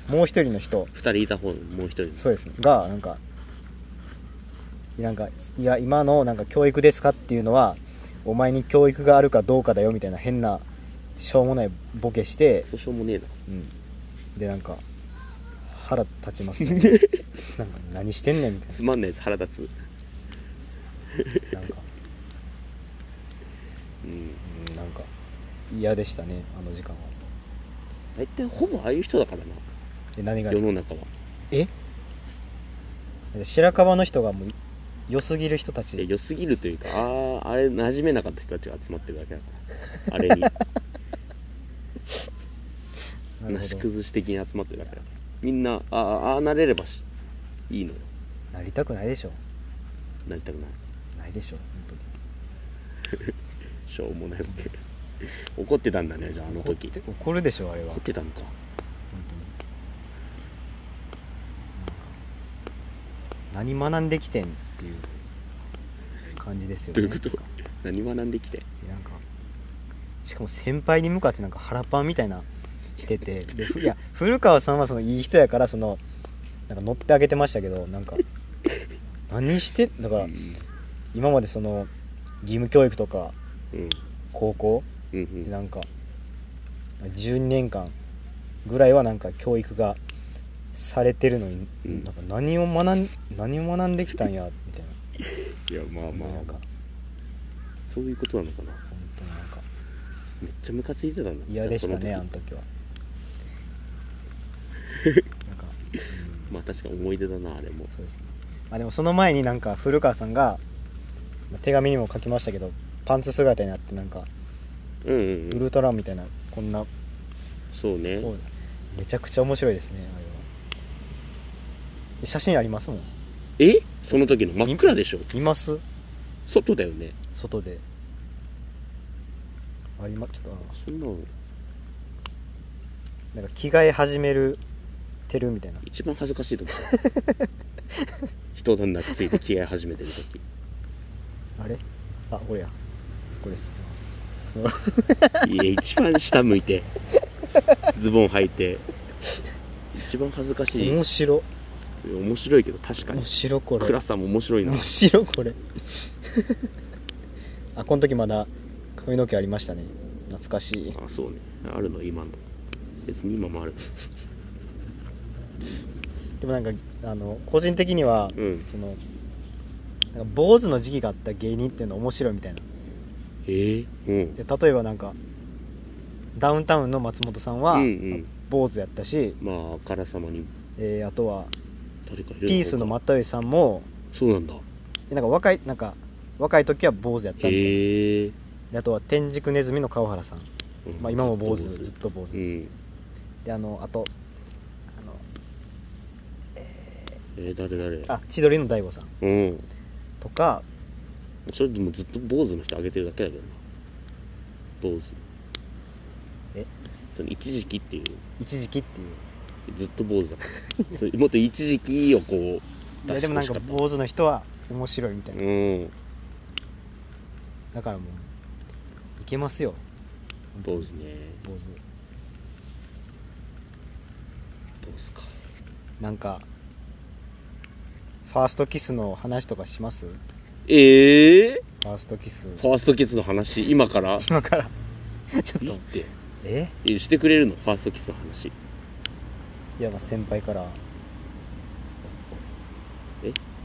[SPEAKER 1] もう一人の人
[SPEAKER 2] 2人いた方のもう1人
[SPEAKER 1] そうですねがなんかなんかいや今のなんか教育ですかっていうのはお前に教育があるかどうかだよみたいな変なしょうもないボケして、
[SPEAKER 2] 訴訟もねえな
[SPEAKER 1] うん、でなんか腹立ち ますねなんか何してんねんみたいな
[SPEAKER 2] つまんないやつ腹立つ
[SPEAKER 1] なんか、
[SPEAKER 2] うん
[SPEAKER 1] うん、なんか嫌でしたねあの時間は
[SPEAKER 2] 大体ほぼああいう人だから
[SPEAKER 1] で何が
[SPEAKER 2] な
[SPEAKER 1] ですか
[SPEAKER 2] 世の中は
[SPEAKER 1] えで白樺の人がもう良すぎる人た
[SPEAKER 2] いや
[SPEAKER 1] ち
[SPEAKER 2] 良すぎるというかあああれ馴染めなかった人たちが集まってるだけだからあ れに
[SPEAKER 1] なる
[SPEAKER 2] な
[SPEAKER 1] ほ
[SPEAKER 2] し
[SPEAKER 1] ど
[SPEAKER 2] 崩し的に集まってるだけだからみんなああああなれればしいいのよ
[SPEAKER 1] なりたくないでしょ
[SPEAKER 2] なりたくない
[SPEAKER 1] ないでしょ本当に
[SPEAKER 2] しょうもないわけ 怒ってたんだねじゃああの時
[SPEAKER 1] 怒って怒るでしょあれは
[SPEAKER 2] 怒ってたのか
[SPEAKER 1] 本当に何学んできてんっていう感じですよね
[SPEAKER 2] どういうこと何学んできて
[SPEAKER 1] なんかしかも先輩に向かってなんか腹パンみたいなしててでふいや古川さんはそのいい人やからそのなんか乗ってあげてましたけどなんか何してだから
[SPEAKER 2] うん
[SPEAKER 1] 今までその義務教育とか
[SPEAKER 2] うん
[SPEAKER 1] 高校
[SPEAKER 2] うん
[SPEAKER 1] でなんか12年間ぐらいはなんか教育がされてるのに、
[SPEAKER 2] うん
[SPEAKER 1] なんか何を学ん何を学んできたんやみたいない
[SPEAKER 2] やまあま
[SPEAKER 1] なんか
[SPEAKER 2] あそういうことなのかな
[SPEAKER 1] 本当になんか
[SPEAKER 2] めっちゃムカついてたんだ
[SPEAKER 1] 嫌でした
[SPEAKER 2] じ
[SPEAKER 1] ね
[SPEAKER 2] ゃ
[SPEAKER 1] あ
[SPEAKER 2] あそ
[SPEAKER 1] の
[SPEAKER 2] の時
[SPEAKER 1] 時はなんか、うん
[SPEAKER 2] まあ確か思い出だなあれも
[SPEAKER 1] そうですねあでもその前になんか古川さんがまあ手紙にも書きましたけどパンツ姿になってなんか
[SPEAKER 2] うんうん
[SPEAKER 1] ウ
[SPEAKER 2] うん
[SPEAKER 1] ルトラマンみたいなこんな
[SPEAKER 2] そうね
[SPEAKER 1] こうめちゃくちゃ面白いですねあれは写真ありますもん
[SPEAKER 2] えその時の真っ暗でしょ
[SPEAKER 1] います
[SPEAKER 2] 外だよね
[SPEAKER 1] 外でありまちょっとあ
[SPEAKER 2] そんなの
[SPEAKER 1] なんか着替え始めるてるみたいな
[SPEAKER 2] 一番恥ずかしい時だ 人段落ついて着替え始めてる時
[SPEAKER 1] あれあこれやこれです
[SPEAKER 2] いや一番下向いてズボン履いて一番恥ずかしい
[SPEAKER 1] 面白
[SPEAKER 2] 面白いけど確かに
[SPEAKER 1] 面白これ
[SPEAKER 2] 暗さも面白いな
[SPEAKER 1] 面白これ あこの時まだ髪の毛ありましたね懐かしい
[SPEAKER 2] あそうねあるの今の別に今もある
[SPEAKER 1] でもなんかあの個人的には、
[SPEAKER 2] うん
[SPEAKER 1] そのなんか坊主の時期があった芸人っていうの面白いみたいな
[SPEAKER 2] えー、うん
[SPEAKER 1] で例えばなんかダウンタウンの松本さんは、
[SPEAKER 2] うんうん
[SPEAKER 1] 坊主やったし、
[SPEAKER 2] まああからさまに
[SPEAKER 1] えーあとは
[SPEAKER 2] 誰かいるのか
[SPEAKER 1] ピースの又吉さんも
[SPEAKER 2] そうなんだ
[SPEAKER 1] なんか若いなんか若い時は坊主やったみたいな
[SPEAKER 2] へえ、
[SPEAKER 1] であとは天竺ネズミの川原さん、
[SPEAKER 2] うん
[SPEAKER 1] まあ、今も坊主ずっと坊主、
[SPEAKER 2] うん
[SPEAKER 1] であのあとあの
[SPEAKER 2] えー、誰誰
[SPEAKER 1] あ千鳥の大悟さん
[SPEAKER 2] うん
[SPEAKER 1] とか
[SPEAKER 2] それでもずっと坊主の人あげてるだけだけどな坊主
[SPEAKER 1] え
[SPEAKER 2] その一時期っていう
[SPEAKER 1] 一時期っていう
[SPEAKER 2] ずっと坊主だから それもっと一時期をこう
[SPEAKER 1] いやで
[SPEAKER 2] 出して
[SPEAKER 1] も
[SPEAKER 2] ほ
[SPEAKER 1] なん
[SPEAKER 2] しか
[SPEAKER 1] か
[SPEAKER 2] った
[SPEAKER 1] 坊主の人は面白いみたいな、
[SPEAKER 2] うん
[SPEAKER 1] だからもういけますよ
[SPEAKER 2] 坊主ね
[SPEAKER 1] 坊主
[SPEAKER 2] 坊主か
[SPEAKER 1] なんかファーストキスの話とかしますフ
[SPEAKER 2] ええ
[SPEAKER 1] ァーストキス
[SPEAKER 2] ファーストキスの話今から
[SPEAKER 1] 今からちょっ
[SPEAKER 2] いい
[SPEAKER 1] と
[SPEAKER 2] って
[SPEAKER 1] え
[SPEAKER 2] えしてくれるのファーストキスの話
[SPEAKER 1] いやまあ先輩から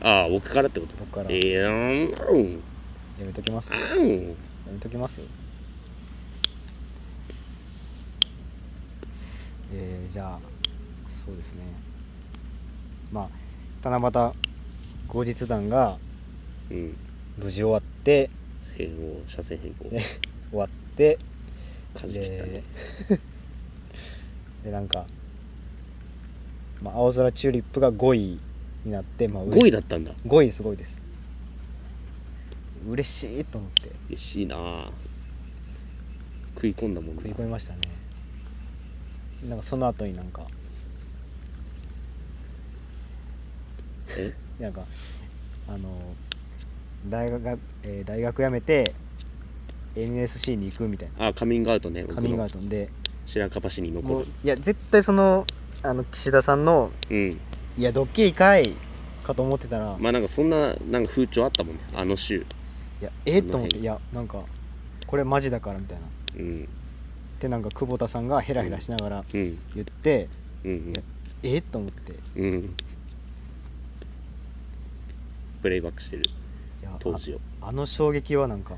[SPEAKER 2] ああ僕からってこと
[SPEAKER 1] 僕から
[SPEAKER 2] えー、うん
[SPEAKER 1] やめときますや
[SPEAKER 2] うん
[SPEAKER 1] めときますえー、じゃあそうですねまあ七夕後日談が
[SPEAKER 2] うん
[SPEAKER 1] 無事終わって
[SPEAKER 2] へ変更車線変更
[SPEAKER 1] ね終わって
[SPEAKER 2] 舵切ったね
[SPEAKER 1] でなんか、まあ、青空チューリップが5位になって、まあ、
[SPEAKER 2] 5位だったんだ
[SPEAKER 1] 5位です5位です嬉しいと思って
[SPEAKER 2] 嬉しいなあ食い込んだもんな
[SPEAKER 1] 食い込みましたねなんかその後になんか
[SPEAKER 2] え
[SPEAKER 1] なんかあの大学が、えー大学辞めて NSC に行くみたい
[SPEAKER 2] あカミングアウトね
[SPEAKER 1] なカミングアウ
[SPEAKER 2] ト
[SPEAKER 1] トで
[SPEAKER 2] 白樺市に残
[SPEAKER 1] もう
[SPEAKER 2] る
[SPEAKER 1] いや絶対そのあの岸田さんの
[SPEAKER 2] うん
[SPEAKER 1] いやドッキリかいかと思ってたら、
[SPEAKER 2] まあなんかそんななんか風潮あったもんねあの週
[SPEAKER 1] いやえっ、と
[SPEAKER 2] この辺
[SPEAKER 1] 思っていやなんかこれマジだからみたいな
[SPEAKER 2] うん
[SPEAKER 1] でなんか久保田さんがヘラヘラしながら
[SPEAKER 2] うん
[SPEAKER 1] 言って、
[SPEAKER 2] うん
[SPEAKER 1] えっ、と思ってい
[SPEAKER 2] うんうんプレイバックしてる
[SPEAKER 1] やあ
[SPEAKER 2] 当時を
[SPEAKER 1] あの衝撃はなんか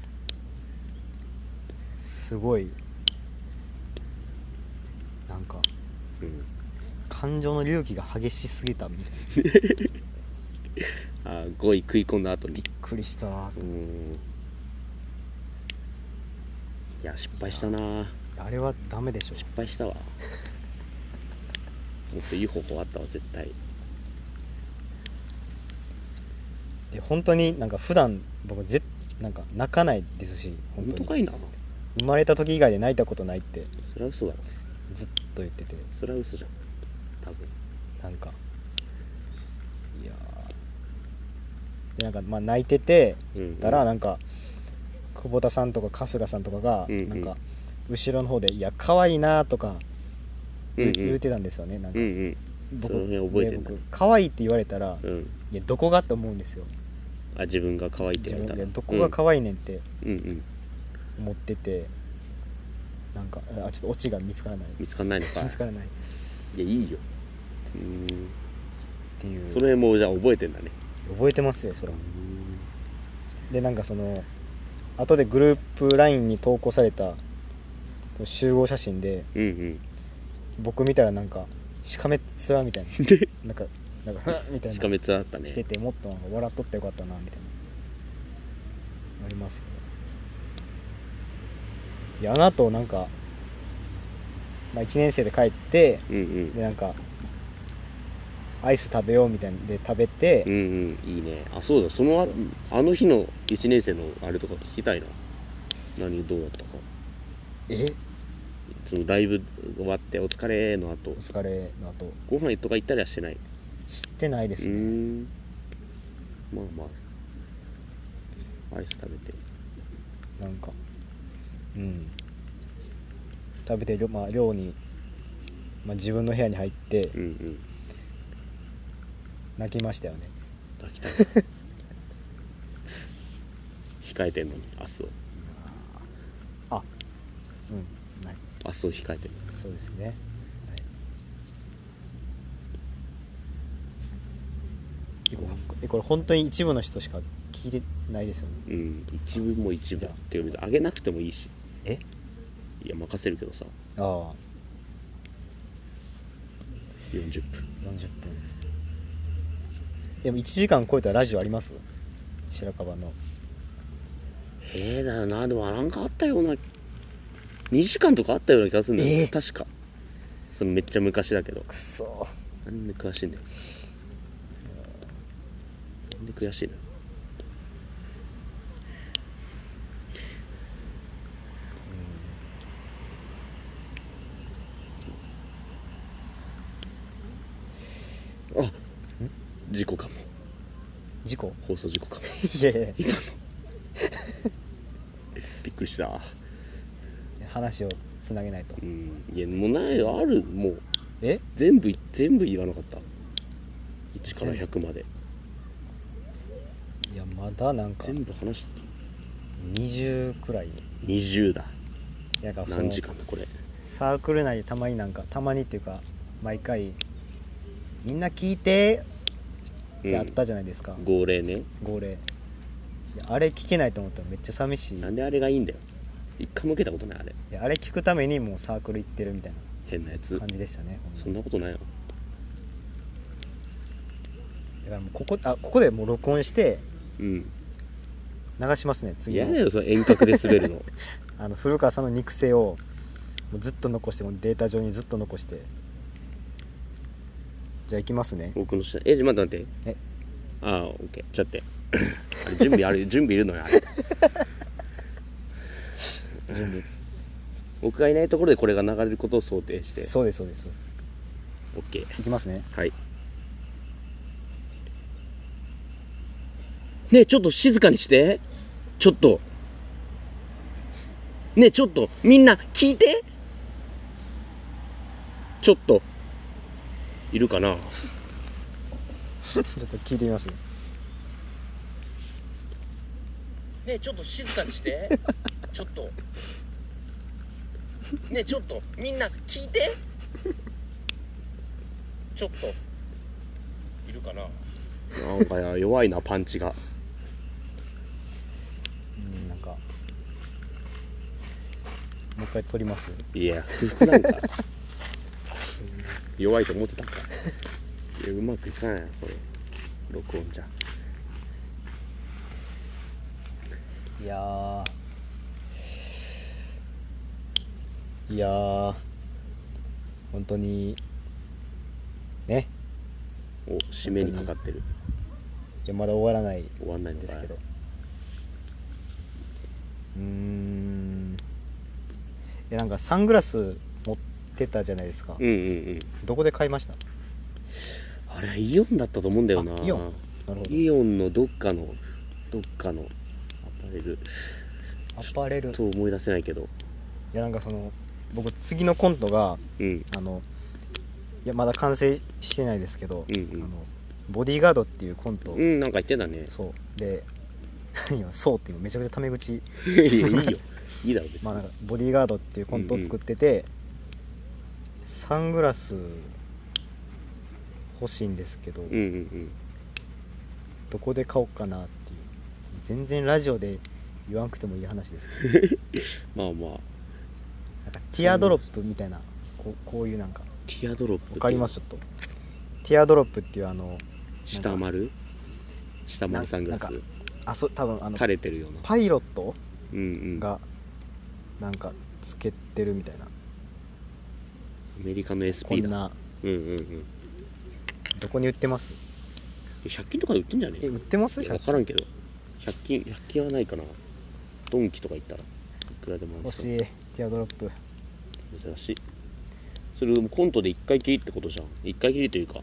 [SPEAKER 1] すごいなんか
[SPEAKER 2] うん
[SPEAKER 1] 感情の隆起が激しすぎたみたいな
[SPEAKER 2] あ5位食い込んだ後に
[SPEAKER 1] びっくりしたな
[SPEAKER 2] うんいや失敗したなあ
[SPEAKER 1] あれはダメでしょ
[SPEAKER 2] 失敗したわ もっといい方法あったわ絶対
[SPEAKER 1] で本当になんか普段僕ぜなんか泣かないですし本
[SPEAKER 2] 本
[SPEAKER 1] 当
[SPEAKER 2] 当
[SPEAKER 1] に
[SPEAKER 2] かいな
[SPEAKER 1] 生まれた時以外で泣いたことないって
[SPEAKER 2] それは嘘だろ
[SPEAKER 1] ずっと言ってて
[SPEAKER 2] それは嘘じゃん多分
[SPEAKER 1] なんかいやーでなんかまあ泣いてて
[SPEAKER 2] うん
[SPEAKER 1] たらなんか久保田さんとか春日さんとかが
[SPEAKER 2] うんうん
[SPEAKER 1] なんか後ろの方で「いや可愛いな」とか
[SPEAKER 2] うん
[SPEAKER 1] 言,、
[SPEAKER 2] うん
[SPEAKER 1] うてたんですよねなん
[SPEAKER 2] う
[SPEAKER 1] か
[SPEAKER 2] んうん
[SPEAKER 1] 僕
[SPEAKER 2] その辺覚えてんだ
[SPEAKER 1] で僕可愛いって言われたら「
[SPEAKER 2] うん
[SPEAKER 1] いやどこが?」って思うんですよ
[SPEAKER 2] あ自分が可愛いっ
[SPEAKER 1] 自
[SPEAKER 2] て言われた
[SPEAKER 1] 分
[SPEAKER 2] ら
[SPEAKER 1] でどこが可愛いねんって
[SPEAKER 2] うんうんうん
[SPEAKER 1] 思っててなんかあちょっとオチが見つからない
[SPEAKER 2] 見つかんないのか
[SPEAKER 1] 見つからないっ
[SPEAKER 2] いやいいようん
[SPEAKER 1] ていう
[SPEAKER 2] それもじゃあ覚えてんだね
[SPEAKER 1] 覚えてますよそれでなんかその後でグループ LINE に投稿された集合写真で
[SPEAKER 2] うんうん
[SPEAKER 1] 僕見たらなんかしかめっ面みたい ななんかなんかふんみたい
[SPEAKER 2] し
[SPEAKER 1] な
[SPEAKER 2] かめつあったね
[SPEAKER 1] しててもっとなんか笑っとってよかったなみたいなありますよねいやあの後なんか、まあ、1年生で帰って
[SPEAKER 2] うんうん
[SPEAKER 1] でなんかアイス食べようみたいなんで食べて、
[SPEAKER 2] うんうんいいねあそうだそのああの日の1年生のあれとか聞きたいな何どうだったか
[SPEAKER 1] え
[SPEAKER 2] そのライブ終わって「お疲れ」の後
[SPEAKER 1] お疲れの後
[SPEAKER 2] ご飯とか行ったりはしてない
[SPEAKER 1] 知ってないです
[SPEAKER 2] うー
[SPEAKER 1] ね
[SPEAKER 2] んまあまあアイス食べて
[SPEAKER 1] なんかうん食べてりょまあ寮に、まあ、自分の部屋に入って
[SPEAKER 2] うんうん
[SPEAKER 1] 泣きましたよね
[SPEAKER 2] 抱きたい 控えてんのに明日を
[SPEAKER 1] あうんはい
[SPEAKER 2] 明日を控えてんの
[SPEAKER 1] そうですね、はい、えこえこれ本当に一部の人しか聞いてないですよね
[SPEAKER 2] うん一部も一部だっていうかあげなくてもいいし
[SPEAKER 1] え
[SPEAKER 2] いや任せるけどさ
[SPEAKER 1] ああ
[SPEAKER 2] 40分
[SPEAKER 1] 40分でも1時間超えたらラジオあります白樺の
[SPEAKER 2] ええだよなでもなんかあったような2時間とかあったような気がするんだよ、
[SPEAKER 1] えー
[SPEAKER 2] 確かそのめっちゃ昔だけど
[SPEAKER 1] くそ
[SPEAKER 2] なんで詳しいんだよなんで悔しいのあ事故かも
[SPEAKER 1] 事故
[SPEAKER 2] 放送事故かも
[SPEAKER 1] いやいやい
[SPEAKER 2] びっくりした
[SPEAKER 1] や話をつなげないと
[SPEAKER 2] うんいやもうないあるもう
[SPEAKER 1] え
[SPEAKER 2] 全部全部言わなかった1から100まで
[SPEAKER 1] いやまだなんか
[SPEAKER 2] 全部話した
[SPEAKER 1] 20くらい
[SPEAKER 2] 20だ
[SPEAKER 1] なんかその
[SPEAKER 2] 何時間だこれ
[SPEAKER 1] サークル内でたまになんかたまにっていうか毎回みんな聞いてってあったじゃないですか、
[SPEAKER 2] 号令ね
[SPEAKER 1] 号令いやあれ聞けないと思ったらめっちゃ寂しいい
[SPEAKER 2] なんであれがいいんだよ一回も受けたことないあれ
[SPEAKER 1] やあれ聞くためにもうサークル行ってるみたい
[SPEAKER 2] 変なやつ
[SPEAKER 1] な感じでしたねほんまに
[SPEAKER 2] そんなことないよ
[SPEAKER 1] だからもうここあここでもう録音して
[SPEAKER 2] うん
[SPEAKER 1] 流しますね次
[SPEAKER 2] 嫌
[SPEAKER 1] の
[SPEAKER 2] だよその遠隔で滑る の
[SPEAKER 1] あの古川さんの肉声をもうずっと残してもうデータ上にずっと残してじゃあ行きますね
[SPEAKER 2] 僕の下えちょっと待って待っ
[SPEAKER 1] え
[SPEAKER 2] てああオッケーちょっと待ってあれ準備あれ準備いる のよあれ
[SPEAKER 1] 準備
[SPEAKER 2] 僕がいないところでこれが流れることを想定して
[SPEAKER 1] そうですそうですそうです
[SPEAKER 2] オッケー
[SPEAKER 1] 行きますね
[SPEAKER 2] はいねえちょっと静かにしてちょっとねえちょっとみんな聞いてちょっといるかな
[SPEAKER 1] ちょっと聞いてみますね
[SPEAKER 2] ねえちょっと静かに してちょっとねえちょっとみんな聞いてちょっといるかななんかや弱いなパンチが
[SPEAKER 1] うんなんかもう一回撮ります
[SPEAKER 2] い やなんか弱いと思ってたかいやうまくいかないなこれ録音じゃ
[SPEAKER 1] いやーいやー本当にね
[SPEAKER 2] お締めにかかってる
[SPEAKER 1] いやまだ終わらない
[SPEAKER 2] 終わんないの
[SPEAKER 1] で
[SPEAKER 2] か
[SPEAKER 1] す
[SPEAKER 2] な
[SPEAKER 1] けどうーんいやなんかサングラス持ってたじゃないですか、
[SPEAKER 2] うんうんうん
[SPEAKER 1] どこで買いました
[SPEAKER 2] あれイオンだったと思うんだよな
[SPEAKER 1] あイオンなるほど
[SPEAKER 2] イオンのどっかのどっかのアパレル
[SPEAKER 1] アパレルい
[SPEAKER 2] と思い出せないけど
[SPEAKER 1] やなんかその僕次のコントが
[SPEAKER 2] うん
[SPEAKER 1] あのいやまだ完成してないですけど、
[SPEAKER 2] うん
[SPEAKER 1] あ
[SPEAKER 2] う
[SPEAKER 1] の
[SPEAKER 2] ん
[SPEAKER 1] ボディーガードっていうコント、
[SPEAKER 2] うんなんか言ってたね
[SPEAKER 1] そうで 今そうって今めちゃくちゃタメ口
[SPEAKER 2] いやいいよいいだろ別に、
[SPEAKER 1] まあなんかボディーガードっていうコントを作ってて、サングラス欲しいんですけど、
[SPEAKER 2] うんうんうん
[SPEAKER 1] どこで買おうかなっていう全然ラジオで言わんくてもいい話ですけど
[SPEAKER 2] まあまあ
[SPEAKER 1] なんかティアドロップみたいなこうこういうなんか
[SPEAKER 2] ティアドロップって
[SPEAKER 1] わかりますちょっとティアドロップっていうあの
[SPEAKER 2] 下丸下丸サングラス
[SPEAKER 1] なんかあそ多分あの
[SPEAKER 2] 垂れてるような
[SPEAKER 1] パイロット
[SPEAKER 2] うんうんア
[SPEAKER 1] がなんかつけてるみたいな
[SPEAKER 2] メリカの
[SPEAKER 1] こ
[SPEAKER 2] SP
[SPEAKER 1] ん
[SPEAKER 2] だ
[SPEAKER 1] な
[SPEAKER 2] うんうんうん
[SPEAKER 1] どこに売ってます
[SPEAKER 2] 100均とかで売ってんじゃね
[SPEAKER 1] え売ってます
[SPEAKER 2] いや分からんけど100均100均はないかなドンキとか行ったらいくらでもある
[SPEAKER 1] 欲し
[SPEAKER 2] さ
[SPEAKER 1] いティアドロップ
[SPEAKER 2] 珍しいそれでもコントで1回きりってことじゃん1回きりというか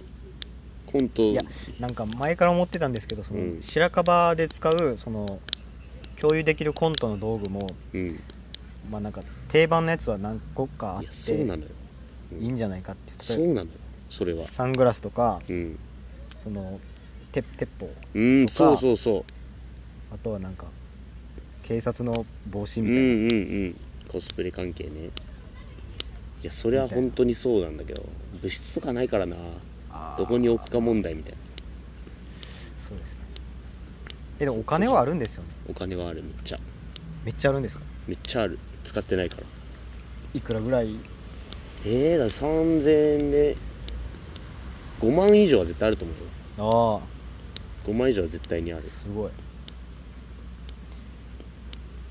[SPEAKER 2] コント
[SPEAKER 1] いやなんか前から思ってたんですけどその、
[SPEAKER 2] うん
[SPEAKER 1] 白樺で使うその共有できるコントの道具も
[SPEAKER 2] うんい
[SPEAKER 1] まあなんか定番のやつは何個かあっ
[SPEAKER 2] やそうな
[SPEAKER 1] て
[SPEAKER 2] のよ
[SPEAKER 1] いいんじゃないかって
[SPEAKER 2] そ
[SPEAKER 1] 例え
[SPEAKER 2] うなのよそれは
[SPEAKER 1] ばサングラスとか
[SPEAKER 2] うん
[SPEAKER 1] その鉄鉄砲
[SPEAKER 2] うん
[SPEAKER 1] とか
[SPEAKER 2] そうそうそ
[SPEAKER 1] あとはなんか警察の帽子
[SPEAKER 2] うう
[SPEAKER 1] み
[SPEAKER 2] ん
[SPEAKER 1] たいな、
[SPEAKER 2] うんうんコスプレ関係ねいやそれは本当にそうなんだけど物質とかないからな
[SPEAKER 1] あー
[SPEAKER 2] どこに置くか問題みたいな
[SPEAKER 1] そうですねえでもお金はあるんですよね
[SPEAKER 2] お金はあるめっちゃ
[SPEAKER 1] めっちゃあるんですか
[SPEAKER 2] めっちゃある使ってないから
[SPEAKER 1] いくらぐらい
[SPEAKER 2] えー、だから3000円で5万以上は絶対あると思うよ
[SPEAKER 1] あ
[SPEAKER 2] 5万以上は絶対にあ
[SPEAKER 1] あ
[SPEAKER 2] る
[SPEAKER 1] すごい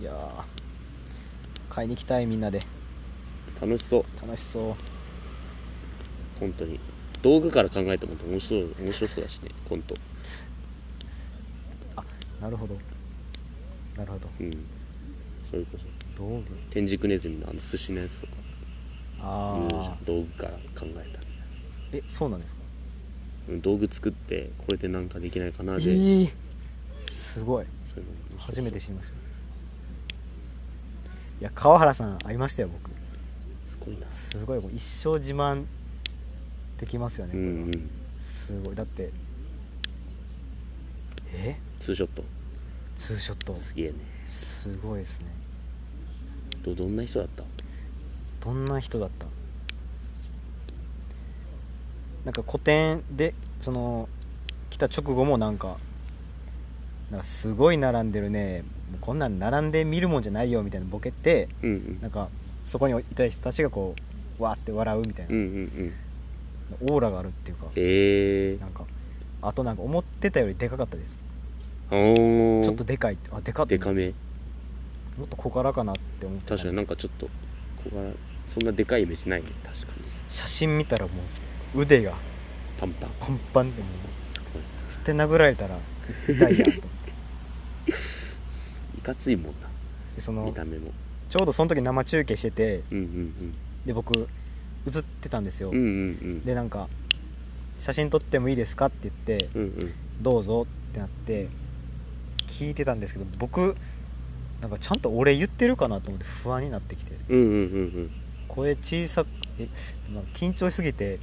[SPEAKER 1] いやー買いに行きたいみんなで
[SPEAKER 2] 楽しそう
[SPEAKER 1] 楽しそう
[SPEAKER 2] 本当に道具から考えても面白い面白そうだしねコント
[SPEAKER 1] なるほどなるほど
[SPEAKER 2] うんそれこそ
[SPEAKER 1] 道具
[SPEAKER 2] 天竺ネズミのあの寿司のやつとかいうじゃ
[SPEAKER 1] ああ
[SPEAKER 2] ん道具から考えたら
[SPEAKER 1] えそうなんですか
[SPEAKER 2] うん道具作ってこれでなんかできないかなで、
[SPEAKER 1] ええすごい
[SPEAKER 2] そういうの面白そう
[SPEAKER 1] 初めて知りましたいや川原さん会いましたよ僕
[SPEAKER 2] すごいな
[SPEAKER 1] すごいもう一生自慢できますよね
[SPEAKER 2] う
[SPEAKER 1] こ
[SPEAKER 2] ん
[SPEAKER 1] れは、
[SPEAKER 2] うん
[SPEAKER 1] すごいだってえ
[SPEAKER 2] ツーショット
[SPEAKER 1] ツーショット
[SPEAKER 2] すげえね
[SPEAKER 1] すごいですね
[SPEAKER 2] どどんな人だった
[SPEAKER 1] どんな人だったなんか個展でその来た直後もなんかなんかすごい並んでるねもうこんなん並んで見るもんじゃないよみたいなボケて
[SPEAKER 2] うんうん
[SPEAKER 1] なんかそこにいた人たちがこうわーって笑うみたい
[SPEAKER 2] うんう
[SPEAKER 1] な、
[SPEAKER 2] んうん
[SPEAKER 1] オーラがあるっていうか
[SPEAKER 2] えー
[SPEAKER 1] なんかあとなんか思ってたよりでかかったです
[SPEAKER 2] お
[SPEAKER 1] ちょっとでかいってあでかっ
[SPEAKER 2] でかめ
[SPEAKER 1] もっと小柄かなって思ってた
[SPEAKER 2] 確かになんかちょっと小柄そんなでかいイメージないね確かに
[SPEAKER 1] 写真見たらもう腕が
[SPEAKER 2] パンパン
[SPEAKER 1] パンパンでもう
[SPEAKER 2] すごい
[SPEAKER 1] 絶対殴られたら痛 いやんと思って
[SPEAKER 2] いかついもんな
[SPEAKER 1] でそ
[SPEAKER 2] 見
[SPEAKER 1] の
[SPEAKER 2] た目も
[SPEAKER 1] ちょうどその時生中継してて
[SPEAKER 2] うんうん
[SPEAKER 1] で僕映ってたんですよ、
[SPEAKER 2] うんうんうん
[SPEAKER 1] でなんか「写真撮ってもいいですか?」って言って
[SPEAKER 2] うんうん
[SPEAKER 1] 「どうぞ」ってなって聞いてたんですけど僕なんかちゃんと俺言ってるかなと思って不安になってきて
[SPEAKER 2] うんうんうんうん
[SPEAKER 1] 声小さくえなんか緊張しすぎて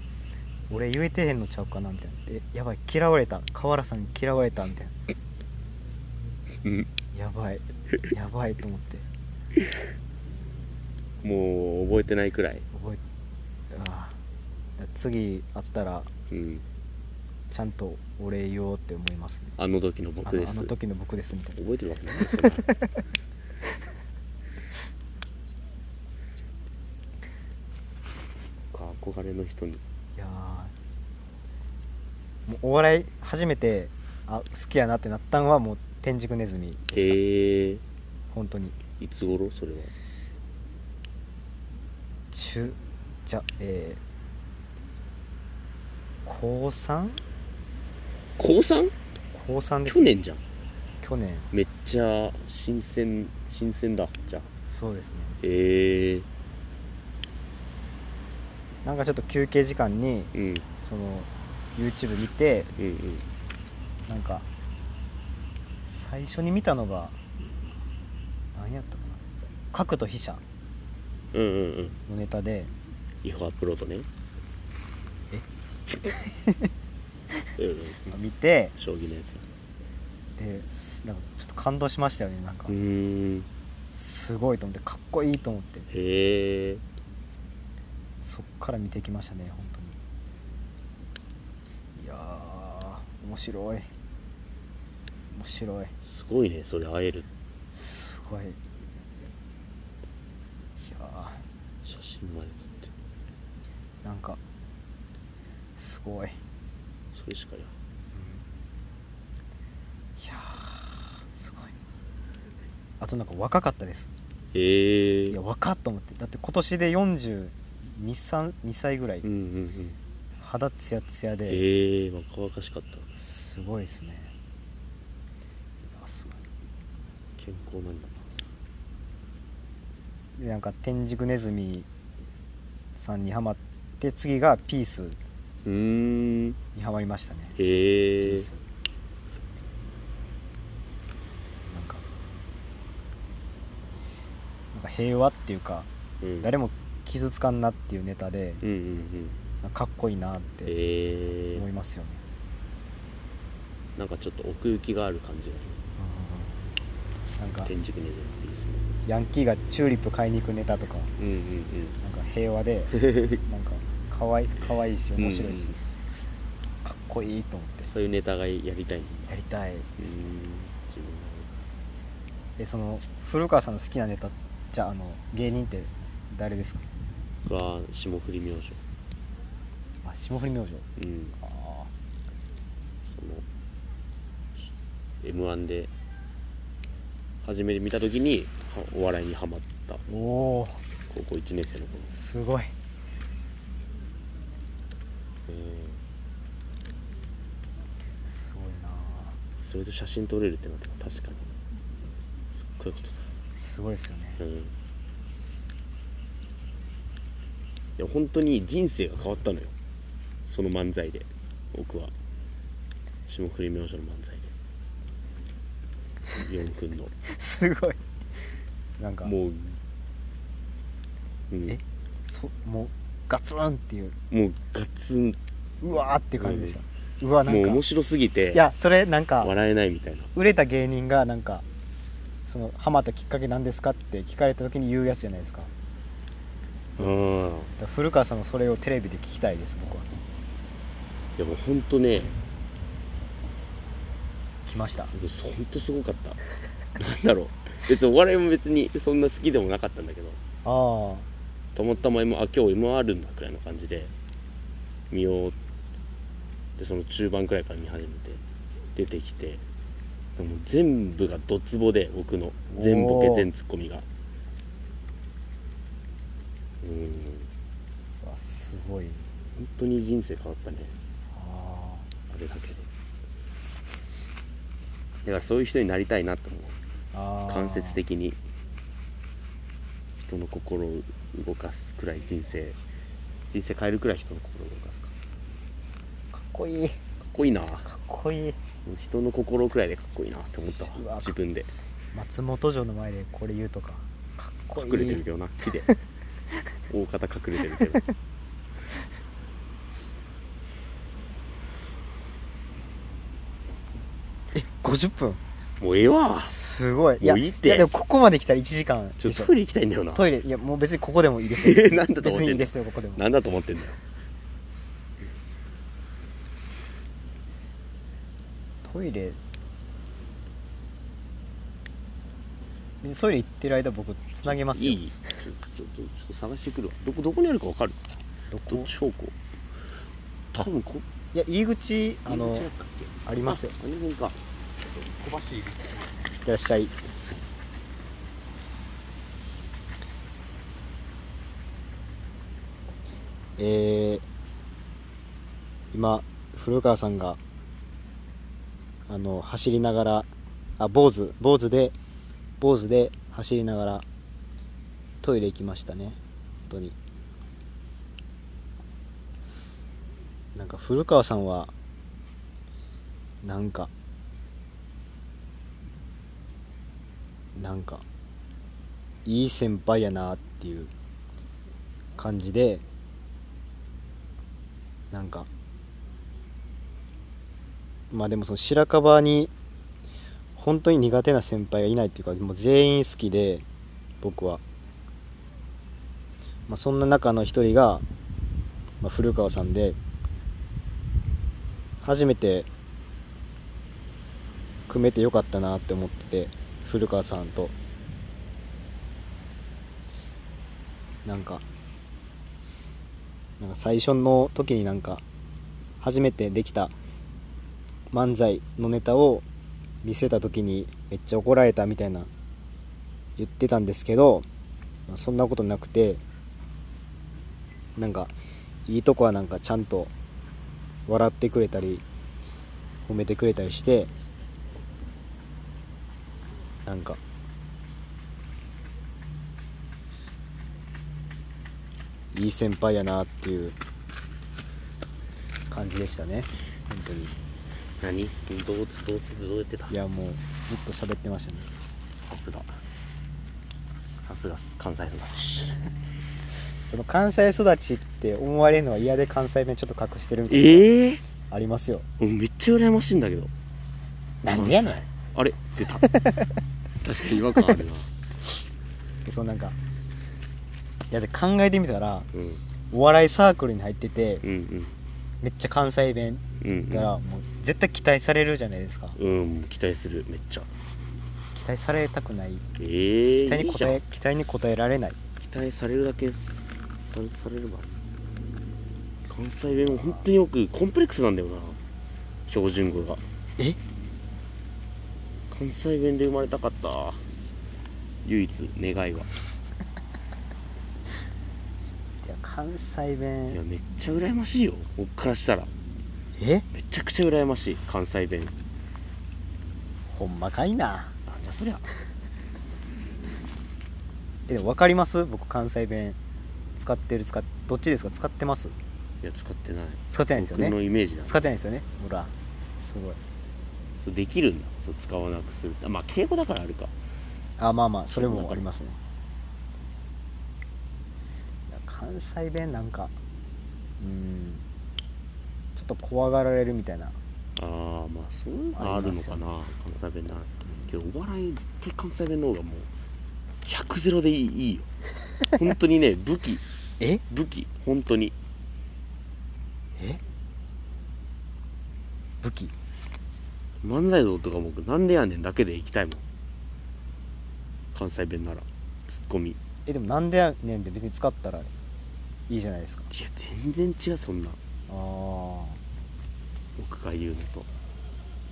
[SPEAKER 1] 俺言えてへんのちゃうかなみたいなえやばい嫌われた河原さんに嫌われたみたい
[SPEAKER 2] うん
[SPEAKER 1] なやばいやばいと思って
[SPEAKER 2] もう覚えてないくらい、
[SPEAKER 1] 覚えああ次会ったら
[SPEAKER 2] うん、
[SPEAKER 1] ちゃんとお礼言おうって思いますね
[SPEAKER 2] あの時の
[SPEAKER 1] あ
[SPEAKER 2] 僕
[SPEAKER 1] の
[SPEAKER 2] で
[SPEAKER 1] あ
[SPEAKER 2] す
[SPEAKER 1] の
[SPEAKER 2] 覚
[SPEAKER 1] 時の僕ですみたいな
[SPEAKER 2] えてるわけない そんなか憧れの人に
[SPEAKER 1] いやーもうお笑い初めてあ好きやなってなったんはもう天竺ネズミでした、
[SPEAKER 2] へえ
[SPEAKER 1] 本当に
[SPEAKER 2] いつ頃それは
[SPEAKER 1] 中じゃえー、高 3?
[SPEAKER 2] 高 3?
[SPEAKER 1] 高3です
[SPEAKER 2] 去年じゃん
[SPEAKER 1] 去年
[SPEAKER 2] めっちゃ新鮮新鮮だじゃあ
[SPEAKER 1] そうですね
[SPEAKER 2] へえ
[SPEAKER 1] なんかちょっと休憩時間に
[SPEAKER 2] うん
[SPEAKER 1] その YouTube 見て
[SPEAKER 2] うんうん
[SPEAKER 1] なんか最初に見たのが何やったかな「核と飛車
[SPEAKER 2] うんうんうん」
[SPEAKER 1] のネタで
[SPEAKER 2] 違法アップロードねえ うんうん
[SPEAKER 1] 見て
[SPEAKER 2] 将棋のやつ
[SPEAKER 1] ですなんかちょっと感動しましたよねなんか
[SPEAKER 2] うーん
[SPEAKER 1] すごいと思ってかっこいいと思って
[SPEAKER 2] へえ
[SPEAKER 1] そっから見てきましたね本当にいやー面白い面白い
[SPEAKER 2] すごいねそれ会える
[SPEAKER 1] すごいいや
[SPEAKER 2] 写真まで撮って
[SPEAKER 1] ーなんかすごい、うん、い
[SPEAKER 2] それしかや
[SPEAKER 1] やーすごいあとなんか若かったです
[SPEAKER 2] へえ
[SPEAKER 1] いや若っと思ってだって今年で4 2三2歳ぐらい
[SPEAKER 2] うんうんうん
[SPEAKER 1] 肌ツヤツヤで
[SPEAKER 2] へえ若々しかった
[SPEAKER 1] すごいですねいやすごい
[SPEAKER 2] 健康なんだ
[SPEAKER 1] でなんか天竺ネズミさんにハマって次がピース
[SPEAKER 2] なうーん
[SPEAKER 1] にハマりましたねピ
[SPEAKER 2] へえ
[SPEAKER 1] ースなんかなんか平和っていうか誰
[SPEAKER 2] も
[SPEAKER 1] も傷つかんなっていうネタで
[SPEAKER 2] うんうんうん
[SPEAKER 1] なんかかっこいいなって
[SPEAKER 2] へえ
[SPEAKER 1] 思いますよね、
[SPEAKER 2] なんかちょっと奥行きがある感じ
[SPEAKER 1] な
[SPEAKER 2] が
[SPEAKER 1] んか
[SPEAKER 2] 天竺ネズミですね
[SPEAKER 1] ヤンキーがチューリップ買いに行くネタとか
[SPEAKER 2] うんうんうん
[SPEAKER 1] なんか平和 でなんかかわいかわいいし面白いし、
[SPEAKER 2] うんうん
[SPEAKER 1] かっこいいと思って
[SPEAKER 2] そういうネタがやりたいんだ
[SPEAKER 1] やりたいう
[SPEAKER 2] ーん
[SPEAKER 1] です
[SPEAKER 2] 自
[SPEAKER 1] ね、
[SPEAKER 2] 分
[SPEAKER 1] でその古川さんの好きなネタじゃああの芸人って誰ですか
[SPEAKER 2] がこれは霜降り明星
[SPEAKER 1] あ霜降り明星
[SPEAKER 2] うん
[SPEAKER 1] ああ
[SPEAKER 2] その m 1で初めて見た時にはお笑いにハマった
[SPEAKER 1] おお
[SPEAKER 2] 高校1年生の頃です、
[SPEAKER 1] すごい
[SPEAKER 2] え
[SPEAKER 1] すごいなあ
[SPEAKER 2] ーそれと写真撮れるってなったら確かにすっごいこと
[SPEAKER 1] すごいですよね
[SPEAKER 2] だうんいや本当に人生が変わったのよその漫才で僕は霜降り明星の漫才で4分の
[SPEAKER 1] すごいなんか
[SPEAKER 2] もう、うん
[SPEAKER 1] えそもうガツンっていう
[SPEAKER 2] もうガツン
[SPEAKER 1] うわーっていう感じでした、うわなん
[SPEAKER 2] もう
[SPEAKER 1] か
[SPEAKER 2] 面
[SPEAKER 1] い
[SPEAKER 2] 白すぎて
[SPEAKER 1] やそれなんか
[SPEAKER 2] 笑えないみたいな
[SPEAKER 1] 売れた芸人がなんかそのハマったきっかけなんですかって聞かれた時に言うやつじゃないですかだか
[SPEAKER 2] うん
[SPEAKER 1] ら古川さんのそれをテレビで聞きたいです僕はい
[SPEAKER 2] やもうほんとね
[SPEAKER 1] 来ました
[SPEAKER 2] ほんとすごかったなんだろう別にお笑いも別にそんな好きでもなかったんだけど
[SPEAKER 1] ああ
[SPEAKER 2] たまたま今あ今日 M あるんだくらいの感じで見ようでその中盤くらいから見始めて出てきてでも全部がドツボで僕の全ボケ
[SPEAKER 1] おー
[SPEAKER 2] 全ツッコミがうん
[SPEAKER 1] わすごい
[SPEAKER 2] 本当に人生変わったね
[SPEAKER 1] あ
[SPEAKER 2] あれだけでだからそういう人になりたいなと思う
[SPEAKER 1] ーあー
[SPEAKER 2] 間接的に人の心を動かすくらい人生人生変えるくらい人の心を動かす
[SPEAKER 1] か
[SPEAKER 2] か
[SPEAKER 1] っこいいか
[SPEAKER 2] かっこいいな
[SPEAKER 1] っこいい
[SPEAKER 2] 人の心くらいでかっこいいなって思った
[SPEAKER 1] う
[SPEAKER 2] わ
[SPEAKER 1] わ
[SPEAKER 2] 自分で
[SPEAKER 1] 松本城の前でこれ言うとかかっこいい
[SPEAKER 2] 隠れてるけどな 木で大方隠れてるけど
[SPEAKER 1] 50分
[SPEAKER 2] もうええわ
[SPEAKER 1] すごい
[SPEAKER 2] もういいって
[SPEAKER 1] やでもここまで来たら1時間
[SPEAKER 2] ちょ
[SPEAKER 1] で
[SPEAKER 2] っ
[SPEAKER 1] し
[SPEAKER 2] と
[SPEAKER 1] ょ
[SPEAKER 2] トイレ行きたいんだよな
[SPEAKER 1] トイレいやもう別にここでもいいです
[SPEAKER 2] え
[SPEAKER 1] よ
[SPEAKER 2] なんだと思ってんの
[SPEAKER 1] 別にいいですよここでも
[SPEAKER 2] なんだと思ってんだよ
[SPEAKER 1] トイレ別にトイレ行ってる間僕つなげますよ
[SPEAKER 2] いいちょっとちょっと探してくるわどこどこにあるか分かる
[SPEAKER 1] ど
[SPEAKER 2] どっ
[SPEAKER 1] こ
[SPEAKER 2] ち方向多分こ
[SPEAKER 1] いや入り口あ
[SPEAKER 2] どっ
[SPEAKER 1] の
[SPEAKER 2] ちだったっけ
[SPEAKER 1] ありますよ
[SPEAKER 2] ああの辺か
[SPEAKER 1] いってらっしゃいえー、今古川さんがあの走りながらあ坊主坊主で坊主で走りながらトイレ行きましたね本当になんか古川さんはなんかなんかいい先輩やなっていう感じでなんかまあでもその白樺に本当に苦手な先輩がいないっていうかもう全員好きで僕は、まあ、そんな中の一人が、まあ、古川さんで初めて組めてよかったなって思ってて古川さんとなんかなんか最初の時になんか初めてできた漫才のネタを見せた時にめっちゃ怒られたみたいな言ってたんですけどまあそんなことなくてなんかいいとこはなんかちゃんと笑ってくれたり褒めてくれたりしてなんかいい先輩やなっていう感じでしたね本当に
[SPEAKER 2] 何どうつどうつどうやってた
[SPEAKER 1] いやもうずっと喋ってましたね
[SPEAKER 2] さすがさすが関西育ち
[SPEAKER 1] その関西育ちって思われるのは嫌で関西弁ちょっと隠してるみたいな
[SPEAKER 2] ええ
[SPEAKER 1] ありますよ
[SPEAKER 2] 俺めっちゃ羨ましいんだけど
[SPEAKER 1] なんでやねん
[SPEAKER 2] 関西あれ 出た確かに違和感あるな
[SPEAKER 1] そのなんかいやで考えてみたら
[SPEAKER 2] うんうん
[SPEAKER 1] お笑いサークルに入ってて
[SPEAKER 2] うん
[SPEAKER 1] めっちゃ関西弁
[SPEAKER 2] うんうん
[SPEAKER 1] だからもう絶対期待されるじゃないですか
[SPEAKER 2] うん期待するめっちゃ
[SPEAKER 1] 期待されたくない
[SPEAKER 2] ええ
[SPEAKER 1] 期待
[SPEAKER 2] い
[SPEAKER 1] に
[SPEAKER 2] い
[SPEAKER 1] 応
[SPEAKER 2] じゃ
[SPEAKER 1] え
[SPEAKER 2] ん
[SPEAKER 1] 期待に応えられない
[SPEAKER 2] 期待されるだけすさされれば関西弁も本当によくコンプレックスなんだよな標準語が
[SPEAKER 1] え
[SPEAKER 2] 関西弁で生まれたかった唯一願いはい
[SPEAKER 1] や関西
[SPEAKER 2] いや
[SPEAKER 1] 弁
[SPEAKER 2] めっちゃ羨ましいよ僕からしたら
[SPEAKER 1] え
[SPEAKER 2] めちゃくちゃ羨ましい関西弁
[SPEAKER 1] ほんまかいな
[SPEAKER 2] なんじゃそりゃ
[SPEAKER 1] えでも分かります僕関西弁使ってる使っどっちですか使ってます
[SPEAKER 2] いや使ってない
[SPEAKER 1] 使ってないですよ
[SPEAKER 2] 僕の
[SPEAKER 1] ね
[SPEAKER 2] イメージだ
[SPEAKER 1] 使ってないですよねほらすごい
[SPEAKER 2] そうできるんだそう使わなくするあまあ敬語だからあるか
[SPEAKER 1] あまあまあそれもありますねいや関西弁なんかうんちょっと怖がられるみたいな
[SPEAKER 2] ああまあそういうのあるのかな関西弁なけどお笑い絶対関西弁の方がもう100ゼロでいいいいよ本当にね武器
[SPEAKER 1] え
[SPEAKER 2] 武器本当に
[SPEAKER 1] え武器
[SPEAKER 2] 漫才道とか僕なんでやねんだけで行きたいもん関西弁ならツッコミい
[SPEAKER 1] えでもなんでやねんって別に使ったらいいじゃないですか
[SPEAKER 2] や全然違うそんな
[SPEAKER 1] ああ
[SPEAKER 2] 僕が言うのと